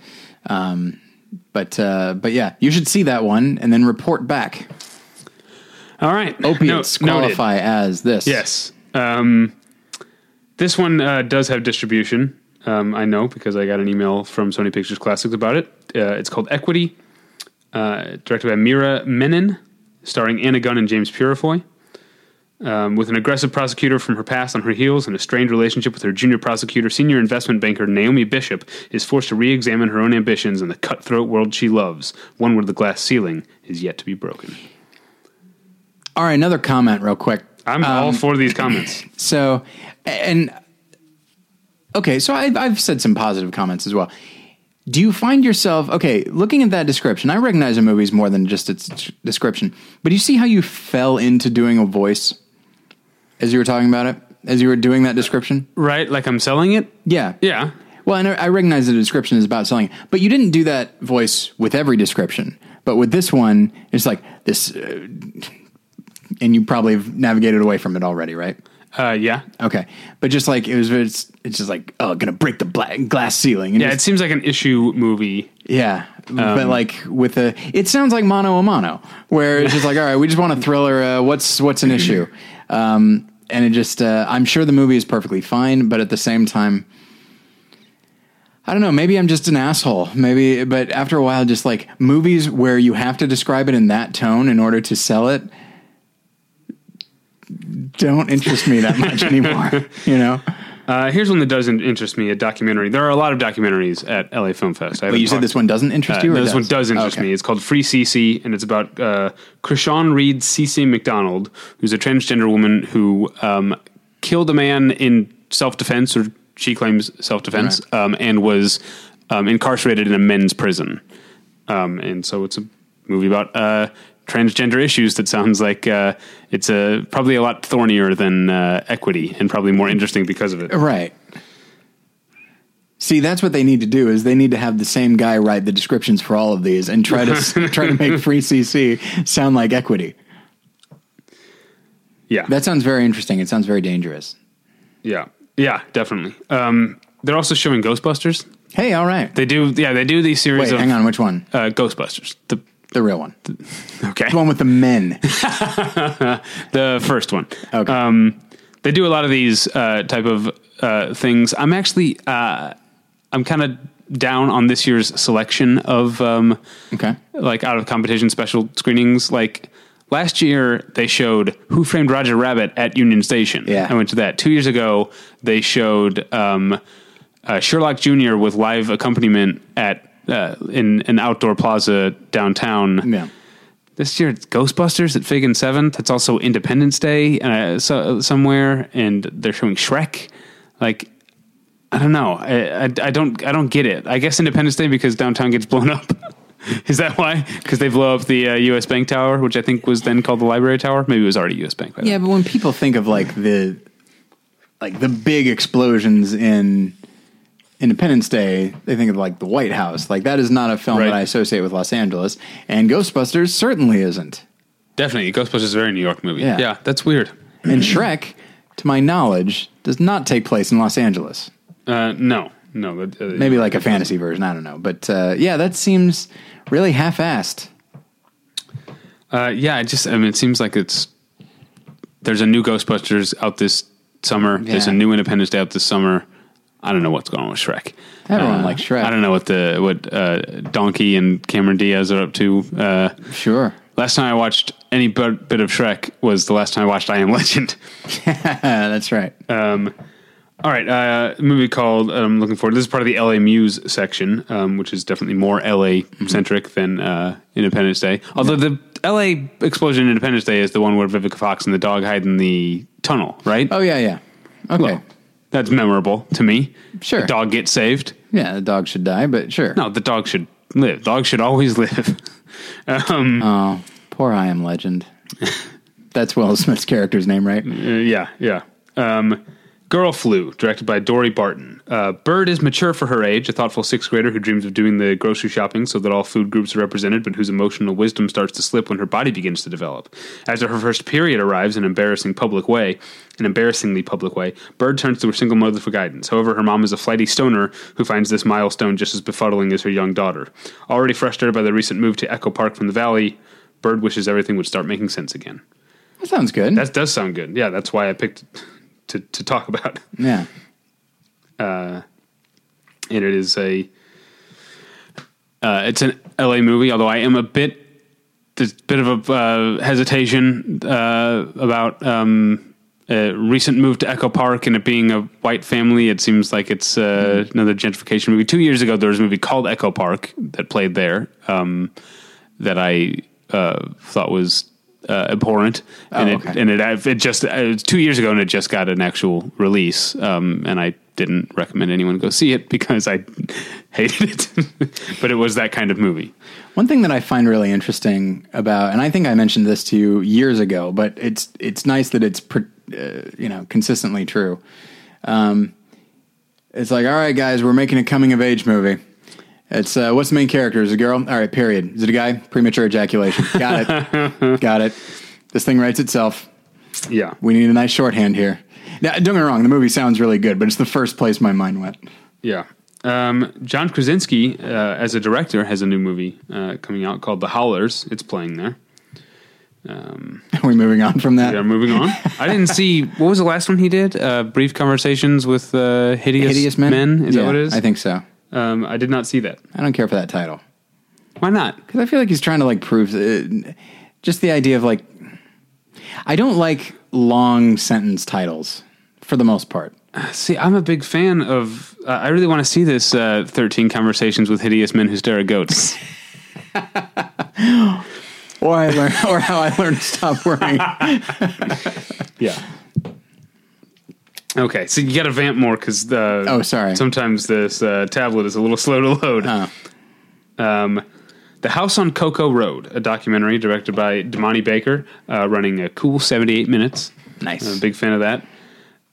S1: Um, but uh, but yeah, you should see that one and then report back.
S2: All right.
S1: Opiates
S2: No- noted.
S1: qualify as this.
S2: Yes. Um, this one uh, does have distribution. Um, I know because I got an email from Sony Pictures Classics about it. Uh, it's called Equity, uh, directed by Mira Menon, starring Anna Gunn and James Purifoy. Um, with an aggressive prosecutor from her past on her heels and a strained relationship with her junior prosecutor, senior investment banker Naomi Bishop is forced to re examine her own ambitions in the cutthroat world she loves, one where the glass ceiling is yet to be broken.
S1: All right, another comment, real quick.
S2: I'm all for these comments.
S1: So, and okay, so I, I've said some positive comments as well. Do you find yourself okay looking at that description? I recognize a movie's more than just its t- description, but you see how you fell into doing a voice as you were talking about it, as you were doing that description.
S2: Right? Like I'm selling it?
S1: Yeah,
S2: Yeah.
S1: Well, and I I recognize the description is about selling, but you didn't do that voice with every description. But with this one, it's like this, uh, and you probably have navigated away from it already, right?
S2: Uh, yeah.
S1: Okay, but just like it was, it's, it's just like oh, gonna break the black glass ceiling. And
S2: Yeah, it
S1: just-
S2: seems like an issue movie.
S1: yeah. but like with a, it sounds like mono a mono, where it's just like all right, we just want a thriller. Uh, what's what's an issue? Um, and it just, uh, I'm sure the movie is perfectly fine, but at the same time, I don't know. Maybe I'm just an asshole. Maybe, but after a while, just like movies where you have to describe it in that tone in order to sell it. Don't interest me that much anymore, you know.
S2: Uh, here's one that doesn't interest me: a documentary. There are a lot of documentaries at LA Film Fest.
S1: But
S2: I haven't
S1: you said
S2: talked-
S1: this one doesn't interest
S2: Uh,
S1: you. Or
S2: no, this
S1: does?
S2: one does interest
S1: Okay.
S2: me. It's called Free CC, and it's about uh, Krishan Reed CC McDonald, who's a transgender woman who um, killed a man in self defense, or she claims self defense, um, and was um, incarcerated in a men's prison. Um, and so it's a movie about uh, transgender issues that sounds like uh, it's a, probably a lot thornier than uh, equity and probably more interesting because of it.
S1: Right. See, that's what they need to do is they need to have the same guy write the descriptions for all of these and try to try to make free CC sound like equity.
S2: Yeah.
S1: That sounds very interesting. It sounds very dangerous.
S2: yeah. Yeah, definitely. Um, they're also showing Ghostbusters.
S1: Hey, all right.
S2: They do, yeah, they do these series
S1: Wait,
S2: of
S1: hang on. Which one?
S2: Uh, Ghostbusters, the
S1: The real one. The
S2: okay,
S1: one with the men.
S2: the first one.
S1: Okay.
S2: Um, they do a lot of these uh, type of uh, things. I'm actually, uh, I'm kind of down on this year's selection of um,
S1: Okay.
S2: like out of competition special screenings. Like last year, they showed Who Framed Roger Rabbit at Union Station.
S1: Yeah.
S2: I went to that. Two years ago, they showed um, uh, Sherlock Jr. with live accompaniment at uh, in an outdoor plaza downtown.
S1: Yeah.
S2: This year it's Ghostbusters at Fig and Seventh. It's also Independence Day uh, so, somewhere, and they're showing Shrek. Like, I don't know. I, I, I don't I don't get it. I guess Independence Day because downtown gets blown up. Is that why? Because they blow up the uh, U.S. Bank Tower, which I think was then called the Library Tower. Maybe it was already U.S. Bank. By then.
S1: Yeah, but when people think of like the like the big explosions in Independence Day, they think of like the White House. Like that is not a film
S2: Right.
S1: that I associate with Los Angeles, and Ghostbusters certainly isn't.
S2: definitely. Ghostbusters is a very New York movie.
S1: Yeah.
S2: yeah that's weird.
S1: And Shrek, to my knowledge, does not take place in Los Angeles.
S2: Uh, no, no. but, uh,
S1: Maybe like a fantasy version. I don't know. But uh, yeah, that seems really half-assed.
S2: Uh, yeah, I just I mean, it seems like it's there's a new Ghostbusters out this summer. There's a
S1: Yeah.
S2: new Independence Day out this summer. I don't know what's going on with Shrek.
S1: Everyone
S2: Uh,
S1: likes Shrek.
S2: I don't know what the what uh, Donkey and Cameron Diaz are up to. Uh,
S1: Sure.
S2: last time I watched any bit bit of Shrek was the last time I watched I Am Legend.
S1: Uh, that's right.
S2: All right, uh, a movie called I'm looking forward. This is part of the LA Muse section, um, which is definitely more LA centric than uh, Independence Day. Although the LA explosion in Independence Day is the one where Vivica Fox and the dog hide in the tunnel, right?
S1: oh yeah, yeah. Okay.
S2: Well, that's memorable to me.
S1: Sure.
S2: the dog gets saved.
S1: yeah, the dog should die, but sure.
S2: No, the dog should live. Dogs should always live. um,
S1: Oh, poor I am Legend. That's Will Smith's character's name, right?
S2: Uh, yeah, yeah. Um, Girl Flew, directed by Dory Barton. Uh, Bird is mature for her age, a thoughtful sixth grader who dreams of doing the grocery shopping so that all food groups are represented, but whose emotional wisdom starts to slip when her body begins to develop. After her first period arrives in embarrassing public way, an embarrassingly public way, Bird turns to her single mother for guidance. However, her mom is a flighty stoner who finds this milestone just as befuddling as her young daughter. Already frustrated by the recent move to Echo Park from the Valley, Bird wishes everything would start making sense again.
S1: That sounds good.
S2: That does sound good. Yeah, that's why I picked to to talk about.
S1: yeah.
S2: And it is a uh, it's an LA movie. Although I am a bit there's a bit of a uh, hesitation uh, about um, a recent move to Echo Park and it being a white family. It seems like it's uh,
S1: Mm-hmm.
S2: another gentrification movie. Two years ago, there was a movie called Echo Park that played there um, that I uh, thought was uh, abhorrent, and
S1: Oh,
S2: it
S1: okay.
S2: and it I've- it just uh, it was two years ago, and it just got an actual release, um, and I didn't recommend anyone go see it because I hated it, but it was that kind of movie.
S1: One thing that I find really interesting about, and I think I mentioned this to you years ago, but it's it's nice that it's pre- uh, you know consistently true. Um, it's like, all right, guys, we're making a coming of age movie. It's uh, what's the main character? Is it a girl? All right, period. Is it a guy? Premature ejaculation. Got it. Got it. This thing writes itself.
S2: Yeah,
S1: We need a nice shorthand here. Now, don't get me wrong. The movie sounds really good, but it's the first place my mind went.
S2: Yeah. Um, John Krasinski, uh, as a director, has a new movie uh, coming out called The Howlers. It's playing there.
S1: Are we moving on from that?
S2: Yeah, moving on. I didn't see what was the last one he did. Uh, Brief conversations with uh, hideous,
S1: Hideous men.
S2: Is
S1: Yeah,
S2: that what it is?
S1: I think so.
S2: Um, I did not see that.
S1: I don't care for that title.
S2: Why not?
S1: Because I feel like he's trying to like prove uh, just the idea of like I don't like long sentence titles for the most part.
S2: See, I'm a big fan of. Uh, I really want to see this uh, 13 conversations with hideous men who stare at goats.
S1: Or I learn, or how I learned to stop worrying.
S2: yeah. Okay, so you got to vamp more because the
S1: Oh, sorry.
S2: Sometimes this uh, tablet is a little slow to load.
S1: Oh.
S2: Um, the House on Cocoa Road, a documentary directed by Damani Baker, uh, running a cool 78 minutes.
S1: Nice.
S2: I'm a big fan of that.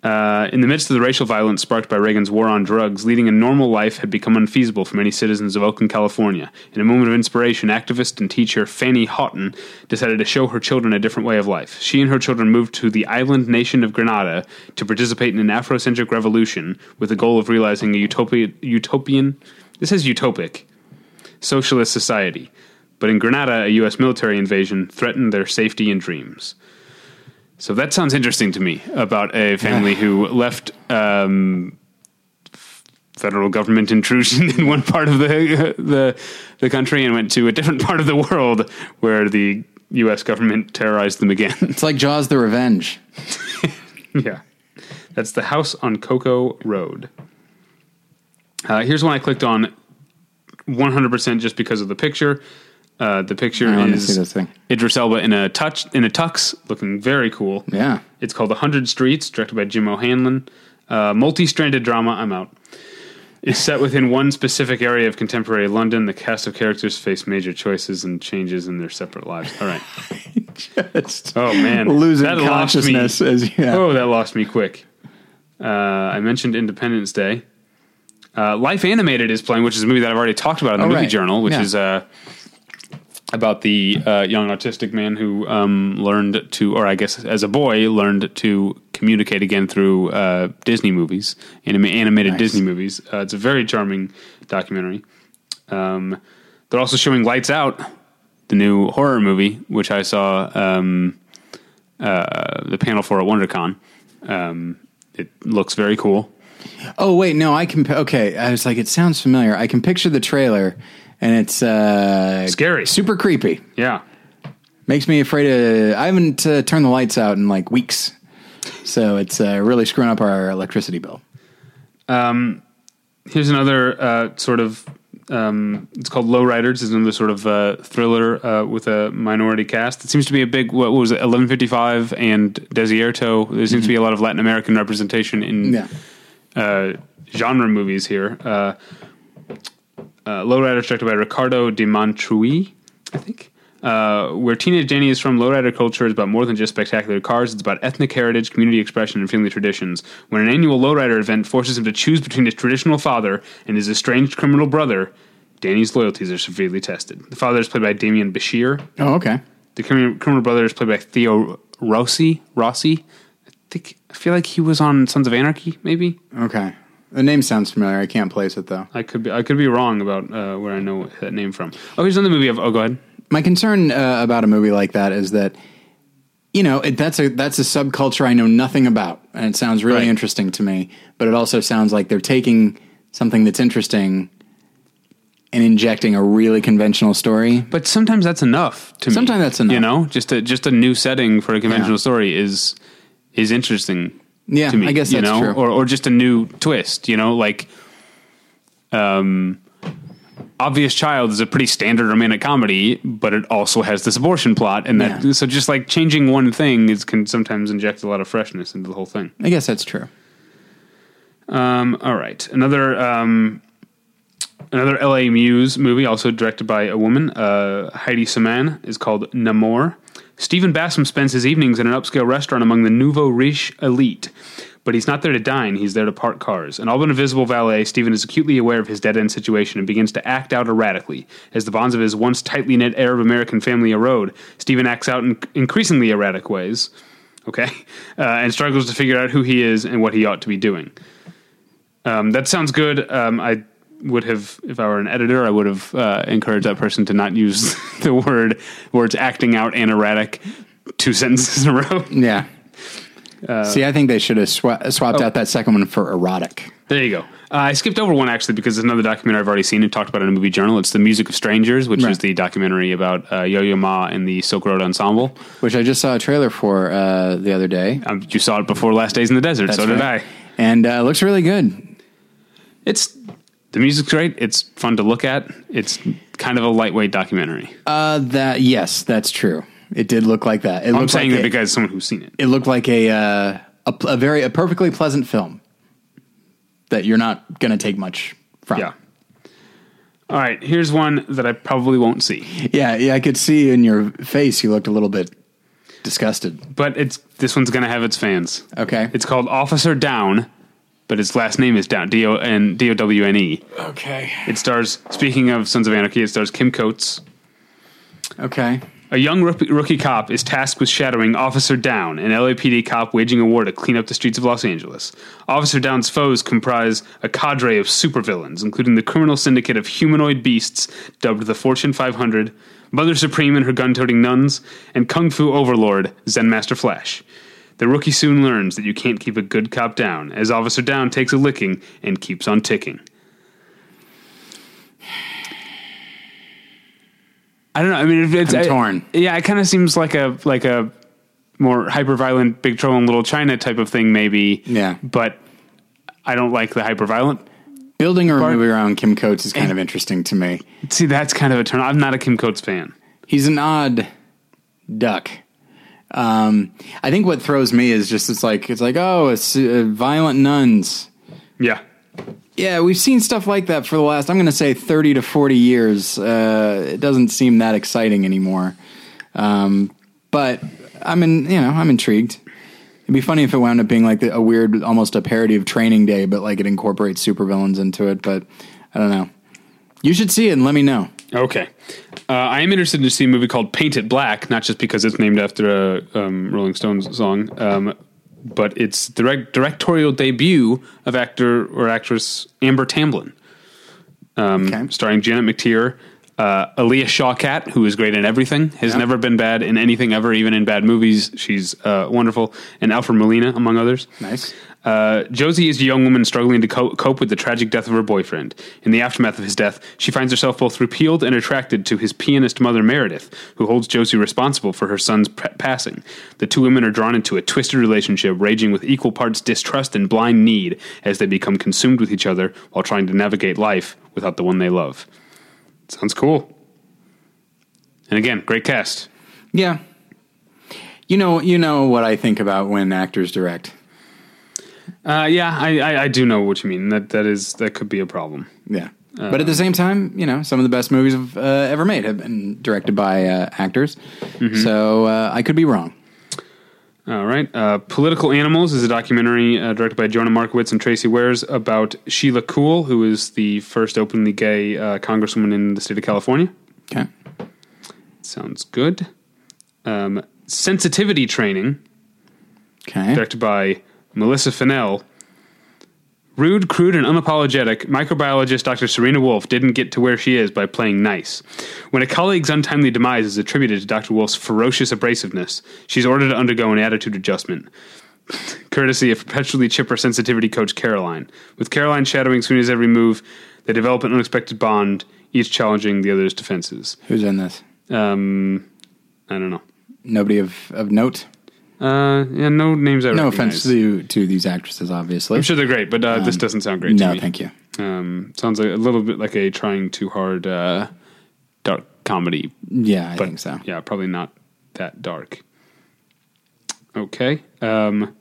S2: Uh, in the midst of the racial violence sparked by Reagan's war on drugs, leading a normal life had become unfeasible for many citizens of Oakland, California. In a moment of inspiration, activist and teacher Fannie Houghton decided to show her children a different way of life. She and her children moved to the island nation of Grenada to participate in an Afrocentric revolution with the goal of realizing a utopia, utopian. This is utopic socialist society. But in Granada, a U.S. military invasion threatened their safety and dreams. So that sounds interesting to me about a family who left um, f- federal government intrusion in one part of the, the the country and went to a different part of the world where the U.S. government terrorized them again.
S1: It's like Jaws: The Revenge.
S2: Yeah. That's the house on Cocoa Road. Uh, here's one I clicked on 100% just because of the picture. Uh, the picture
S1: Oh, I wanna
S2: is
S1: see this thing.
S2: Idris Elba in a touch in a tux, looking very cool.
S1: Yeah.
S2: it's called A Hundred Streets, directed by Jim O'Hanlon. Uh, multi-stranded drama. I'm out. It's set within one specific area of contemporary London. The cast of characters face major choices and changes in their separate lives. All right. oh man,
S1: Losing
S2: That lost me.
S1: consciousness as yeah.
S2: Oh, that lost me quick. Uh, I mentioned Independence Day. Uh, Life Animated is playing, which is a movie that I've already talked about in the
S1: Oh,
S2: movie
S1: right.
S2: journal, which
S1: Yeah.
S2: is uh, about the uh, young autistic man who um, learned to, or I guess as a boy, learned to communicate again through uh, Disney movies, anima- animated
S1: Nice.
S2: Disney movies. Uh, it's a very charming documentary. Um, they're also showing Lights Out, the new horror movie, which I saw um, uh, the panel for at WonderCon. Um, it looks very cool.
S1: Oh wait, no, I can. Okay, I was like, it sounds familiar. I can picture the trailer, and it's uh,
S2: Scary.
S1: super creepy.
S2: Yeah.
S1: Makes me afraid to. I haven't uh, turned the lights out in like weeks, so it's uh, really screwing up our electricity bill.
S2: Here's another uh, sort of. Um, it's called Lowriders. Is another sort of uh, thriller uh, with a minority cast. It seems to be a big. What was it? Eleven Fifty Five and Desierto. There seems to be a lot of Latin American representation in
S1: Yeah.
S2: uh, genre movies here. Uh, uh, Lowrider, directed by Ricardo de Montrui, I think. uh, where Teenage Danny is from, lowrider culture is about more than just spectacular cars. It's about ethnic heritage, community expression, and family traditions. When an annual lowrider event forces him to choose between his traditional father and his estranged criminal brother, Danny's loyalties are severely tested. The father is played by Damien Bashir.
S1: Oh, okay.
S2: The criminal, criminal brother is played by Theo Rossi. Rossi, I think. I feel like he was on Sons of Anarchy. Maybe
S1: Okay. The name sounds familiar. I can't place it though.
S2: I could be. I could be wrong about uh, where I know that name from. Oh, here's another movie. I've, oh, go ahead.
S1: My concern uh, about a movie like that is that you know it, that's a that's a subculture I know nothing about, and it sounds really
S2: Right.
S1: interesting to me. But it also sounds like they're taking something that's interesting and injecting a really conventional story.
S2: But sometimes that's enough to me.
S1: Sometimes that's enough.
S2: You know, just a just a new setting for a conventional
S1: Yeah.
S2: story is is interesting.
S1: Yeah,
S2: to me,
S1: I guess
S2: you
S1: that's
S2: know?
S1: true.
S2: Or or just a new twist. You know, like um, obvious child is a pretty standard romantic comedy, but it also has this abortion plot, and that
S1: Yeah.
S2: so just like changing one thing is can sometimes inject a lot of freshness into the whole thing.
S1: I guess that's true.
S2: Um, all right, another um, another L.A. Muse movie, also directed by a woman, uh, Heidi Saman, is called Namor. Stephen Bassam spends his evenings in an upscale restaurant among the nouveau riche elite, but he's not there to dine; he's there to park cars. An all but invisible valet, Stephen is acutely aware of his dead end situation and begins to act out erratically. As the bonds of his once tightly knit Arab American family erode, Stephen acts out in increasingly erratic ways. Okay, uh, and struggles to figure out who he is and what he ought to be doing. Um, that sounds good. Um, I would have, if I were an editor, I would have uh, encouraged that person to not use the word words acting out and erratic two sentences in a row.
S1: Yeah.
S2: Uh,
S1: See, I think they should have swa-
S2: oh.
S1: swapped out that second one for erotic.
S2: There you go. Uh, I skipped over one actually because it's another documentary I've already seen and talked about in a movie journal. It's The Music of Strangers, which
S1: Right.
S2: is the documentary about uh, Yo Yo Ma and the Silk Road Ensemble.
S1: which I just saw a trailer for uh, the other day.
S2: Um, you saw it before Last Days in the Desert, so did I.
S1: And uh, it looks really good.
S2: It's the music's great. It's fun to look at. It's kind of a lightweight documentary.
S1: Uh, that yes, that's true. It did look like that. It
S2: I'm
S1: looked
S2: saying
S1: like
S2: that
S1: a-
S2: because someone who's seen it.
S1: it looked like a uh, a, pl- a very a perfectly pleasant film that you're not going to take much from.
S2: Yeah. All right, here's one that I probably won't see,
S1: yeah, yeah. I could see in your face you looked a little bit disgusted.
S2: but it's this one's gonna have its fans.
S1: Okay.
S2: It's called Officer Down, but its last name is Down. D O N D O W N E.
S1: okay.
S2: It stars. Speaking of Sons of Anarchy, it stars Kim Coates.
S1: Okay.
S2: A young rookie, rookie cop is tasked with shadowing Officer Down, an LAPD cop waging a war to clean up the streets of Los Angeles. Officer Down's foes comprise a cadre of supervillains, including the criminal syndicate of humanoid beasts dubbed the Fortune 500, Mother Supreme and her gun toting nuns, and Kung Fu Overlord, Zen Master Flash. The rookie soon learns that you can't keep a good cop down, as Officer Down takes a licking and keeps on ticking. I don't know. I mean, it- it's
S1: I'm
S2: I-
S1: torn.
S2: yeah, it kind of seems like a like a more hyper violent Big Trouble in Little China type of thing, maybe.
S1: Yeah.
S2: but I don't like the hyper violent.
S1: Building a
S2: Bart-
S1: movie around Kim Coates is kind of interesting to me.
S2: See, that's kind of a turn. I'm not a Kim Coates fan.
S1: he's an odd duck. Um, I think what throws me is just it's like it's like oh, it's uh, violent nuns.
S2: Yeah,
S1: Yeah, we've seen stuff like that for the last I'm going to say 30 to 40 years. Uh, it doesn't seem that exciting anymore. Um, but I'm in, you know, I'm intrigued. It'd be funny if it wound up being like the, a weird, almost a parody of Training Day, but like it incorporates supervillains into it. But I don't know. You should see it and let me know.
S2: Okay. Uh, I am interested to see a movie called Paint It Black, not just because it's named after a um, Rolling Stones song, um, but it's direct directorial debut of actor or actress Amber Tamblyn,
S1: okay.
S2: starring Janet McTeer, uh, Aaliyah Shawkat, who is great in everything, has
S1: Yeah.
S2: never been bad in anything ever, even in bad movies. She's uh, wonderful, and Alfred Molina, among others.
S1: Nice.
S2: Uh, Josie is a young woman struggling to co- cope with the tragic death of her boyfriend. In the aftermath of his death, she finds herself both repealed and attracted to his pianist mother, Meredith, who holds Josie responsible for her son's p- passing. The two women are drawn into a twisted relationship, raging with equal parts distrust and blind need as they become consumed with each other while trying to navigate life without the one they love. Sounds cool. And again, great cast.
S1: Yeah. You know, you know what I think about when actors direct.
S2: Uh, yeah, I, I, I do know what you mean. That that is that could be a problem.
S1: Yeah. but at the same time, you know, some of the best movies I've uh, ever made have been directed by uh, actors.
S2: Mm-hmm.
S1: So uh, I could be wrong.
S2: All right. Uh, Political Animals is a documentary uh, directed by Jonah Markowitz and Tracy Wares about Sheila Cool, who is the first openly gay uh, congresswoman in the state of California.
S1: Okay.
S2: Sounds good. Um, sensitivity Training,
S1: Okay.
S2: directed by Melissa Fennell. Rude, crude, and unapologetic, microbiologist Dr. Serena Wolf didn't get to where she is by playing nice. When a colleague's untimely demise is attributed to Dr. Wolf's ferocious abrasiveness, she's ordered to undergo an attitude adjustment, courtesy of perpetually chipper sensitivity coach Caroline. With Caroline shadowing Serena's every move, they develop an unexpected bond, each challenging the other's defenses.
S1: Who's in this?
S2: Um, I don't know.
S1: Nobody of, of note.
S2: Uh, yeah, no names I
S1: No
S2: recognize.
S1: offense to to these actresses, obviously.
S2: I'm sure they're great, but uh, this doesn't sound great. to
S1: Um, no,
S2: me.
S1: thank you.
S2: Um, sounds like a little bit like a trying too hard uh, dark comedy.
S1: Yeah, I think so.
S2: Yeah, probably not that dark. Okay. Um,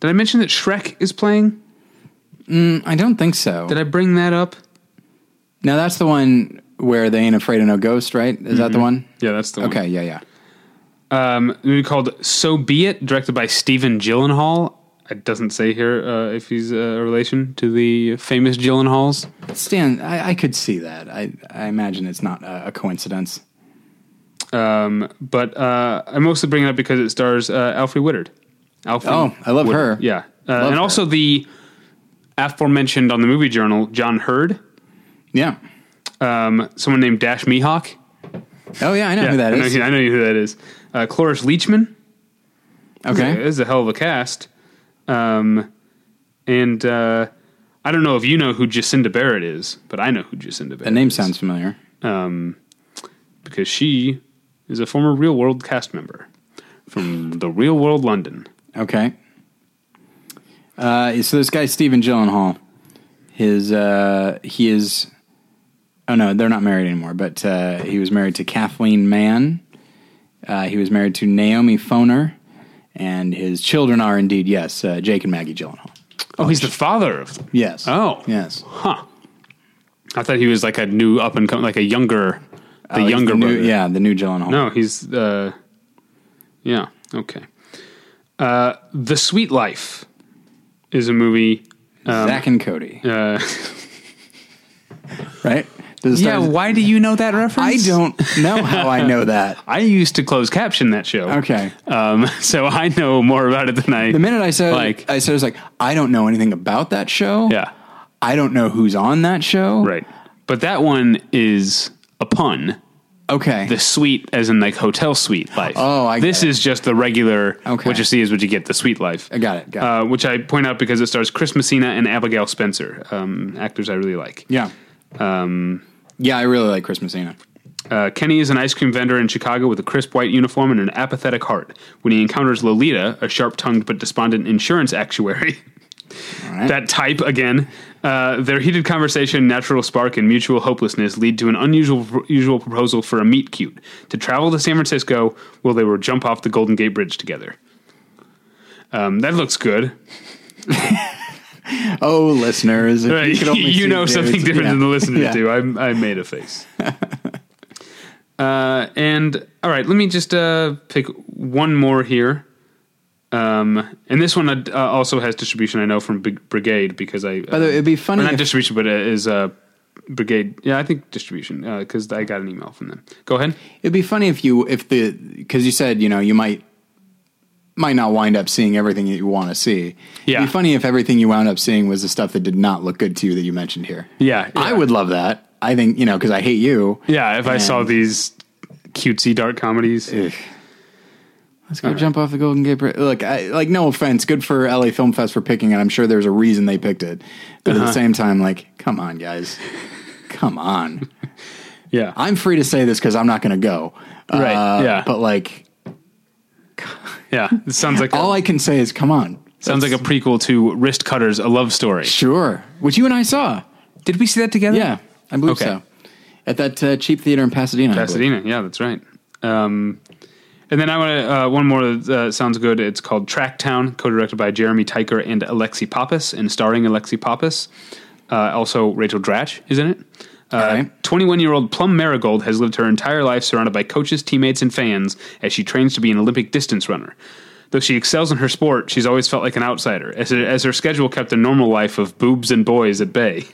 S2: did I mention that Shrek is playing?
S1: Mm, I don't think so.
S2: Did I bring that up?
S1: now that's the one where they ain't afraid of no ghost, right? Is that the one?
S2: Mm-hmm. Yeah, that's the
S1: Okay. Yeah. Yeah.
S2: one. Um, a movie called So Be It, directed by Steven Gyllenhaal. It doesn't say here uh, if he's a relation to the famous Gyllenhaals.
S1: Stan, I, I could see that. I, I imagine it's not a, a coincidence.
S2: but uh, I mostly bring it up because it stars uh, Alfre Woodard. Alfre
S1: Oh, I love her.
S2: Yeah, uh,
S1: Love
S2: and
S1: her.
S2: also the aforementioned on the movie journal, John Hurd,
S1: Yeah.
S2: um, someone named Dash Mihawk.
S1: Oh yeah, I know
S2: Yeah,
S1: who that
S2: I know,
S1: is.
S2: I know who that is. Uh, Cloris Leachman.
S1: okay.
S2: this is a hell of a cast. Um, and uh, I don't know if you know who Jacinda Barrett is, but I know who Jacinda Barrett.
S1: The name
S2: is,
S1: sounds familiar.
S2: because she is a former Real World cast member from the Real World London.
S1: Okay. Uh, so this guy Stephen Gyllenhaal, his uh, he is. Oh no, they're not married anymore. But uh, he was married to Kathleen Mann. Uh, he was married to Naomi Foner, and his children are indeed yes, uh, Jake and Maggie Gyllenhaal.
S2: Oh, he's the father of them.
S1: Yes.
S2: Oh.
S1: yes. Uh,
S2: Huh. I thought he was like a new up and coming, like a younger, the
S1: Oh, he's
S2: younger
S1: new,
S2: brother.
S1: Yeah, the new Gyllenhaal.
S2: No, he's uh, yeah. Okay. Uh, the Sweet Life is a movie. Um,
S1: Zach and Cody.
S2: Uh,
S1: Right. Does it
S2: yeah.
S1: start-
S2: Why do you know that
S1: I
S2: reference?
S1: don't know how I know that.
S2: I used to close caption that show.
S1: Okay.
S2: Um, so I know more about it than I.
S1: The minute I said,
S2: like,
S1: I said, I was like, I don't know anything about that show.
S2: yeah,
S1: I don't know who's on that show.
S2: right. But that one is a pun.
S1: Okay.
S2: the suite as in like hotel suite life.
S1: Oh, I get
S2: this
S1: it.
S2: is just the regular.
S1: Okay.
S2: What you see is what you get. The suite life.
S1: I got it, got
S2: uh, Which I point out because it stars Chris Messina and Abigail Spencer, um, actors I really like.
S1: yeah. Um,
S2: Um,
S1: yeah, I really like Chris Messina.
S2: Uh, Kenny is an ice cream vendor in Chicago with a crisp white uniform and an apathetic heart. When he encounters Lolita, a sharp-tongued but despondent insurance actuary. That type again. Uh, their heated conversation, natural spark, and mutual hopelessness lead to an unusual usual proposal for a meet cute to travel to San Francisco, where they will jump off the Golden Gate Bridge together. Um, that looks good.
S1: Oh, listeners, if
S2: Right.
S1: could
S2: You,
S1: only see
S2: know
S1: David's-
S2: something different
S1: yeah.
S2: than the listeners
S1: Yeah.
S2: do. I, I made a face. uh, and all right, let me just uh, pick one more here. Um, and this one uh, also has distribution. I know from Big Brigade because I. uh,
S1: By the way, it'd be funny
S2: Or not
S1: if-
S2: distribution, but it is uh, Brigade. Yeah, I think distribution because I got an email from them. Go ahead.
S1: It'd be funny if you if the because you said you know you might might not wind up seeing everything that you want to see.
S2: Yeah.
S1: It'd be funny if everything you wound up seeing was the stuff that did not look good to you that you mentioned here.
S2: Yeah, yeah.
S1: I would love that. I think you know because I hate you.
S2: Yeah, if I saw these cutesy dark comedies.
S1: Let's go jump off the Golden Gate Bridge. Look, I, like no offense, good for LA Film Fest for picking it. I'm sure there's a reason they picked it, but
S2: Uh-huh.
S1: at the same time, like, come on, guys, come on.
S2: Yeah.
S1: I'm free to say this because I'm not going to go. Uh,
S2: Right, yeah.
S1: But like,
S2: yeah. It sounds like
S1: all I can say is, come on.
S2: sounds like a prequel to Wrist Cutters, a love story.
S1: Sure, which you and I saw.
S2: Did we see that together?
S1: Yeah, I believe
S2: Okay.
S1: so. At that uh, cheap theater in Pasadena. I believe.
S2: Pasadena. Yeah, that's right. Um, and then I want to uh, one more that uh, sounds good. It's called Tracktown, co-directed by Jeremy Tyker and Alexi Pappas, and starring Alexi Pappas. Uh, also, Rachel Dratch is in it.
S1: right.
S2: 21 year old Plum Marigold has lived her entire life surrounded by coaches, teammates, and fans as she trains to be an Olympic distance runner. Though she excels in her sport, she's always felt like an outsider, as, as her schedule kept the normal life of boobs and boys at bay.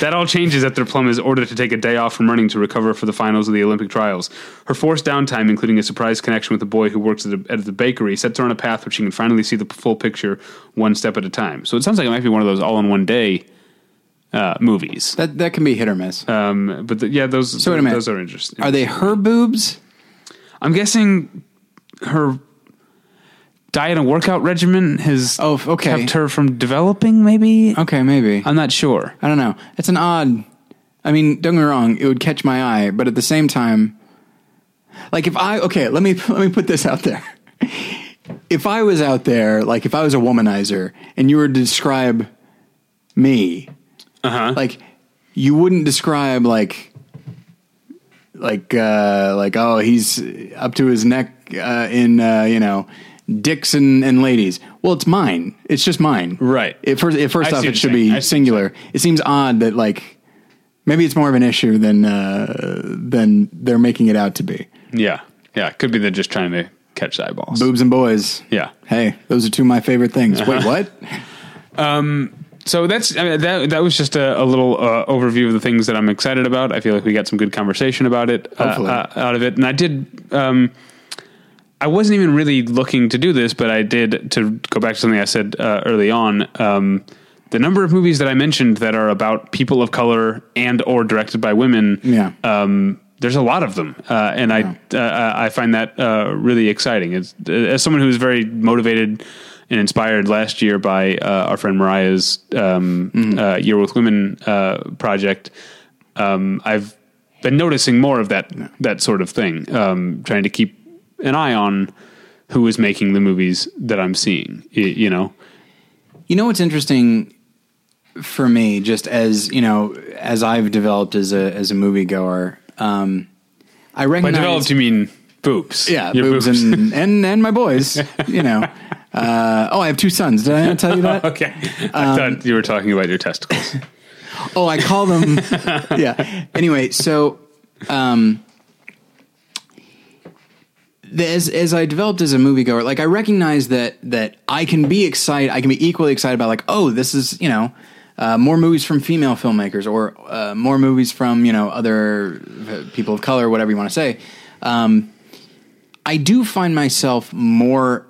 S2: That all changes after Plum is ordered to take a day off from running to recover for the finals of the Olympic trials. Her forced downtime, including a surprise connection with a boy who works at, a, at the bakery, sets her on a path where she can finally see the p- full picture one step at a time. So it sounds like it might be one of those all in one day uh, movies.
S1: That that can be hit or miss.
S2: Um, but the, yeah, those
S1: so wait a minute.
S2: those are interesting.
S1: Are they her boobs?
S2: I'm guessing her diet and workout regimen has
S1: Oh, f- okay.
S2: kept her from developing. Maybe
S1: Okay, maybe.
S2: I'm not sure.
S1: I don't know. It's an odd. I mean, don't get me wrong; it would catch my eye, but at the same time, like if I okay, let me let me put this out there. If I was out there, like if I was a womanizer, and you were to describe me, uh-huh. like you wouldn't describe like like uh like oh he's up to his neck uh, in uh, you know dicks and, and ladies. Well, it's mine. It's just mine.
S2: Right.
S1: It first, it first
S2: I see
S1: off,
S2: what
S1: it should
S2: you're saying. I see what
S1: be
S2: you're
S1: singular. It seems odd that like maybe it's more of an issue than uh, than they're making it out to be.
S2: Yeah, yeah, could be they're just trying to catch the eyeballs.
S1: Boobs and boys.
S2: Yeah.
S1: Hey, those are two of my favorite things. Wait, what?
S2: So that's I mean, that that was just a, a little uh, overview of the things that I'm excited about. I feel like we got some good conversation about it uh,
S1: Hopefully.
S2: uh, out of it, and I did. Um, I wasn't even really looking to do this, but I did to go back to something I said uh, early on. Um, the number of movies that I mentioned that are about people of color and or directed by women,
S1: Yeah.
S2: um, there's a lot of them, uh, and I uh, I find that uh, really exciting. It's, uh, as someone who was very motivated and inspired last year by uh, our friend Mariah's um,
S1: Mm-hmm.
S2: uh, Year with Women uh, project, um, I've been noticing more of that that sort of thing. Um, trying to keep an eye on who is making the movies that I'm seeing. y- you know,
S1: You know what's interesting for me, just as you know, as I've developed as a as a moviegoer, um, I
S2: by
S1: recognize
S2: developed you mean boobs?
S1: Yeah,
S2: Your
S1: boobs, and and and my boys. You know. Uh, oh, I have two sons. Did I not tell you that?
S2: okay.
S1: Um,
S2: I thought you were talking about your testicles.
S1: Oh, I call them. yeah. Anyway, so um, the- as as I developed as a moviegoer, like I recognize that that I can be excited. I can be equally excited about like, oh, this is you know. Uh, more movies from female filmmakers, or uh, more movies from you know other uh, people of color, whatever you want to say. Um, I do find myself more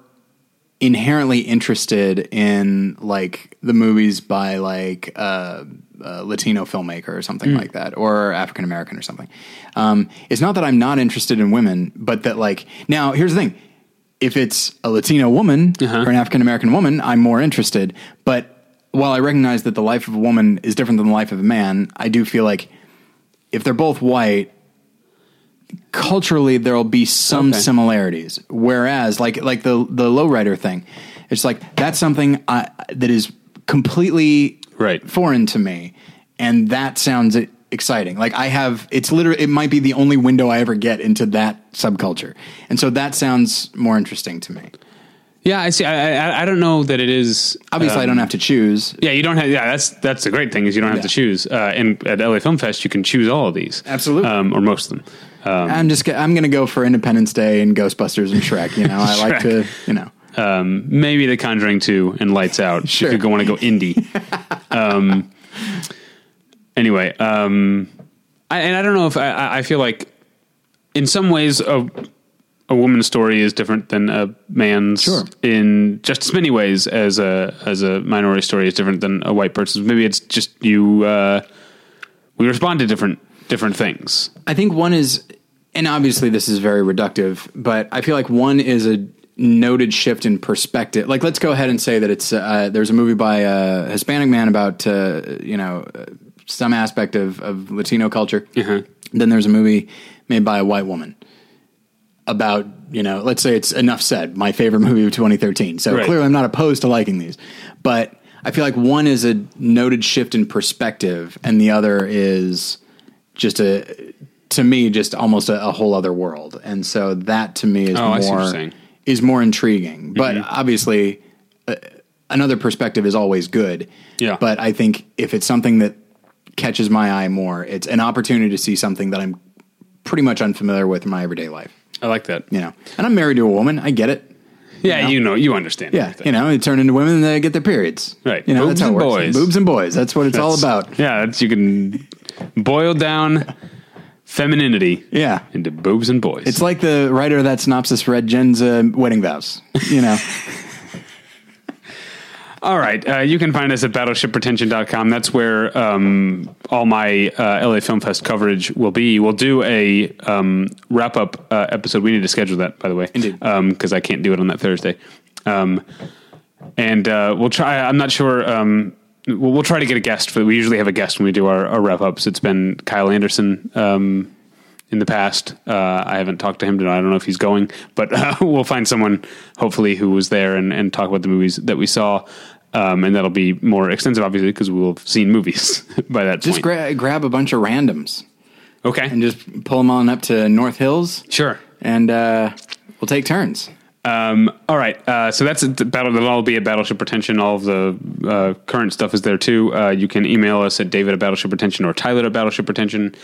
S1: inherently interested in like the movies by like uh, a Latino filmmaker or something like that, or African American or something. Um, it's not that I'm not interested in women, but that like now here's the thing: if it's a Latino woman or an African American woman, I'm more interested. But while I recognize that the life of a woman is different than the life of a man, I do feel like if they're both white, culturally there'll be some
S2: Okay.
S1: similarities. Whereas, like like the the lowrider thing, it's like that's something I, that is completely
S2: Right.
S1: foreign to me, and that sounds e- exciting. Like I have, it's literally it might be the only window I ever get into that subculture, and so that sounds more interesting to me.
S2: Yeah, I see. I, I I don't know that it is.
S1: Obviously,
S2: Um,
S1: I don't have to choose.
S2: Yeah, you don't have. Yeah, that's that's the great thing is you don't have
S1: Yeah.
S2: to choose. Uh, and at LA Film Fest, you can choose all of these,
S1: Absolutely.
S2: um, or most of them.
S1: I'm just go- I'm going to go for Independence Day and Ghostbusters and Shrek. You know, I like to
S2: Shrek.
S1: you know.
S2: Um, maybe The Conjuring Two and Lights Out.
S1: Sure.
S2: If you want to go indie. um, anyway, um, I, and I don't know if I- I, I feel like, in some ways, a a woman's story is different than a man's
S1: Sure.
S2: in just as many ways as a as a minority story is different than a white person's. Maybe it's just you. Uh, we respond to different different things.
S1: I think one is, and obviously this is very reductive, but I feel like one is a noted shift in perspective. Like, let's go ahead and say that it's uh, there's a movie by a Hispanic man about uh, you know uh, some aspect of, of Latino culture. Then there's a movie made by a white woman about you know let's say it's enough said my favorite movie of 2013 so
S2: Right.
S1: clearly i'm not opposed to liking these but i feel like one is a noted shift in perspective and the other is just a to me just almost a, a whole other world and so that to me is
S2: Oh, I see what you're
S1: more
S2: saying.
S1: is more intriguing but obviously uh, another perspective is always good.
S2: Yeah.
S1: But I think if it's something that catches my eye more, it's an opportunity to see something that I'm pretty much unfamiliar with in my everyday life.
S2: I like that.
S1: You know, and I'm married to a woman. I get it.
S2: Yeah, you know, you understand.
S1: Yeah,
S2: everything.
S1: you know, they turn into women and they get their periods.
S2: Right.
S1: You know, that's
S2: Boobs
S1: how it
S2: and
S1: works.
S2: boys.
S1: Boobs and boys. That's what it's all
S2: That's-
S1: about.
S2: Yeah, that's, you can boil down femininity
S1: Yeah.
S2: into boobs and boys.
S1: It's like the writer of that synopsis read Jen's uh, wedding vows. You know,
S2: All right. Uh, you can find us at battleshipretention.com. That's where um, all my uh, LA Film Fest coverage will be. We'll do a um, wrap up uh, episode. We need to schedule that, by the way.
S1: Indeed.
S2: Because I can't do it on that Thursday. Um, and uh, we'll try. I'm not sure. Um, we'll, we'll try to get a guest. For, we usually have a guest when we do our, our wrap ups. It's been Kyle Anderson. Um, in the past, uh, I haven't talked to him tonight. I don't know if he's going, but uh, we'll find someone hopefully who was there and, and talk about the movies that we saw. Um, and that'll be more extensive, obviously, because we'll have seen movies by that
S1: just
S2: point.
S1: gra- grab a bunch of randoms
S2: okay,
S1: and just pull them on up to North Hills.
S2: sure.
S1: And uh, we'll take turns.
S2: Um, all right, uh, so that's it. the battle. That'll all be at Battleship Retention. All of the uh, current stuff is there too. Uh, you can email us at David at Battleship Retention or Tyler at Battleship Retention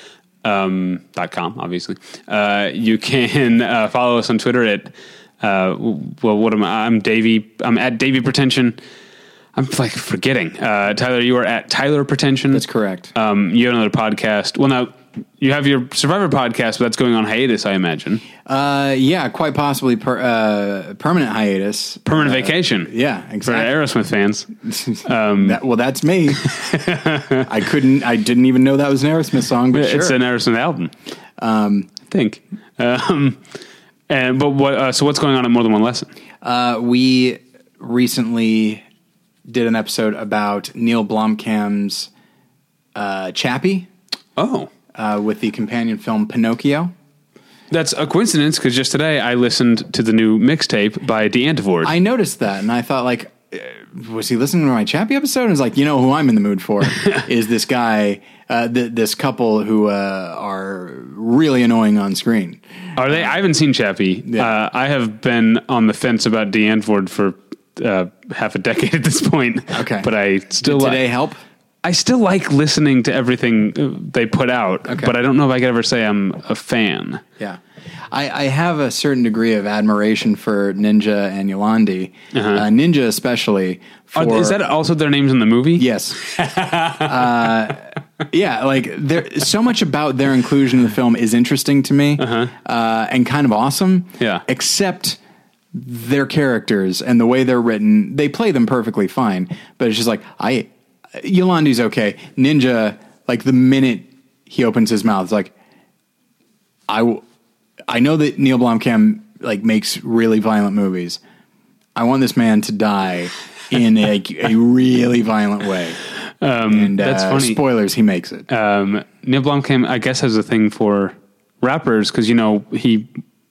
S2: um, dot com. Obviously, uh, you can uh, follow us on Twitter at uh, well, what am I? I'm Davy. I'm at Davy Pretension. I'm like forgetting. Uh, Tyler, you are at Tyler Pretension.
S1: That's correct.
S2: Um, you have another podcast. Well, now you have your Survivor podcast, but that's going on hiatus, I imagine.
S1: Uh, yeah, quite possibly per, uh, permanent hiatus.
S2: Permanent vacation.
S1: Uh, Yeah,
S2: For
S1: exactly.
S2: Aerosmith fans, Um.
S1: That- well, that's me. I couldn't. I didn't even know that was an Aerosmith song, but
S2: it's
S1: sure.
S2: an Aerosmith album. I think. Um, and but what? Uh, so what's going on at More Than One Lesson?
S1: Uh, we recently did an episode about Neil Blomkamp's uh, Chappie
S2: Oh,
S1: uh, with the companion film Pinocchio.
S2: that's a coincidence because just today I listened to the new mixtape by DeAntivord.
S1: I noticed that, and I thought, like, uh, was he listening to my Chappie episode? And I was like, you know who I'm in the mood for is this guy, uh, th- this couple who uh, are really annoying on screen.
S2: Are they? I haven't seen Chappie. Uh, I have been on the fence about DeAntivord for uh, half a decade at this point.
S1: Okay.
S2: but I still
S1: Did
S2: like-
S1: today help?
S2: I still like listening to everything uh, they put out,
S1: Okay.
S2: but I don't know if I could ever say I'm a fan.
S1: Yeah. I, I have a certain degree of admiration for Ninja and Yolandi, uh Ninja especially. For,
S2: Uh-huh. Are, is that also their names in the movie?
S1: Yes. uh, yeah, like there, so much about their inclusion in the film is interesting to me uh and kind of awesome.
S2: Yeah.
S1: Except their characters and the way they're written, they play them perfectly fine. But it's just like I, Yolandi's okay. Ninja, like the minute he opens his mouth, it's like I, w- I know that Neil Blomkamp like makes really violent movies. I want this man to die in a, a really violent way. Um, and
S2: that's
S1: uh,
S2: funny.
S1: Spoilers, he makes it.
S2: um, Neil Blomkamp, I guess, has a thing for rappers because you know he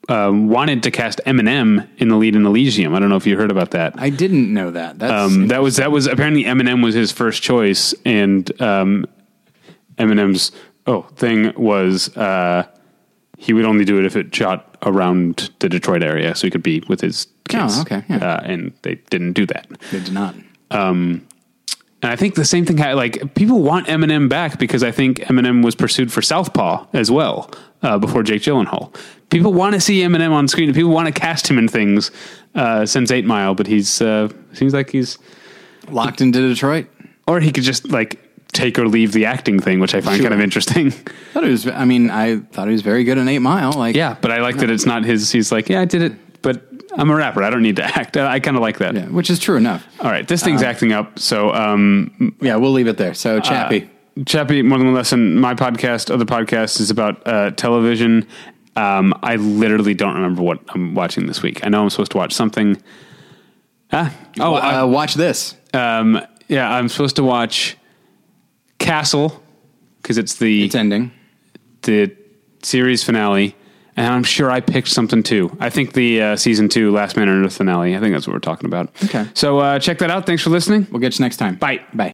S2: uh, wanted to cast Eminem in the lead in Elysium. I don't know if you heard about that.
S1: I didn't know that. That's
S2: Um, that was that was apparently Eminem was his first choice, and um, Eminem's oh thing was uh, he would only do it if it shot around the Detroit area, so he could be with his kids.
S1: Oh, okay, yeah.
S2: uh, and they didn't do that.
S1: they did not.
S2: And I think the same thing, ha- like people want Eminem back because I think Eminem was pursued for Southpaw as well uh, before Jake Gyllenhaal. People want to see Eminem on screen. People want to cast him in things uh, since Eight Mile, but he's uh, seems like he's,
S1: Locked into Detroit.
S2: or he could just like take or leave the acting thing, which I find kind of
S1: Sure.
S2: interesting.
S1: Thought he was. I mean, I thought he was very good in Eight Mile. Like,
S2: yeah, but I like that it's not his. He's like, yeah, I did it, but I'm a rapper. I don't need to act. I, I kind of like that.
S1: yeah, which is true enough.
S2: All right, this thing's acting up. So um,
S1: Yeah, we'll leave it there. So, Chappie.
S2: Chappie, more than one lesson. My podcast, other podcast, is about uh, television. Um, I literally don't remember what I'm watching this week. I know I'm supposed to watch something. Ah, oh,
S1: uh, watch this.
S2: I- um, yeah, I'm supposed to watch Castle because it's the
S1: It's ending.
S2: the series finale, and I'm sure I picked something too. I think the uh, season two Last Man on Earth finale. I think that's what we're talking about.
S1: Okay.
S2: so uh, check that out. Thanks for listening.
S1: We'll get you next time.
S2: Bye.
S1: Bye.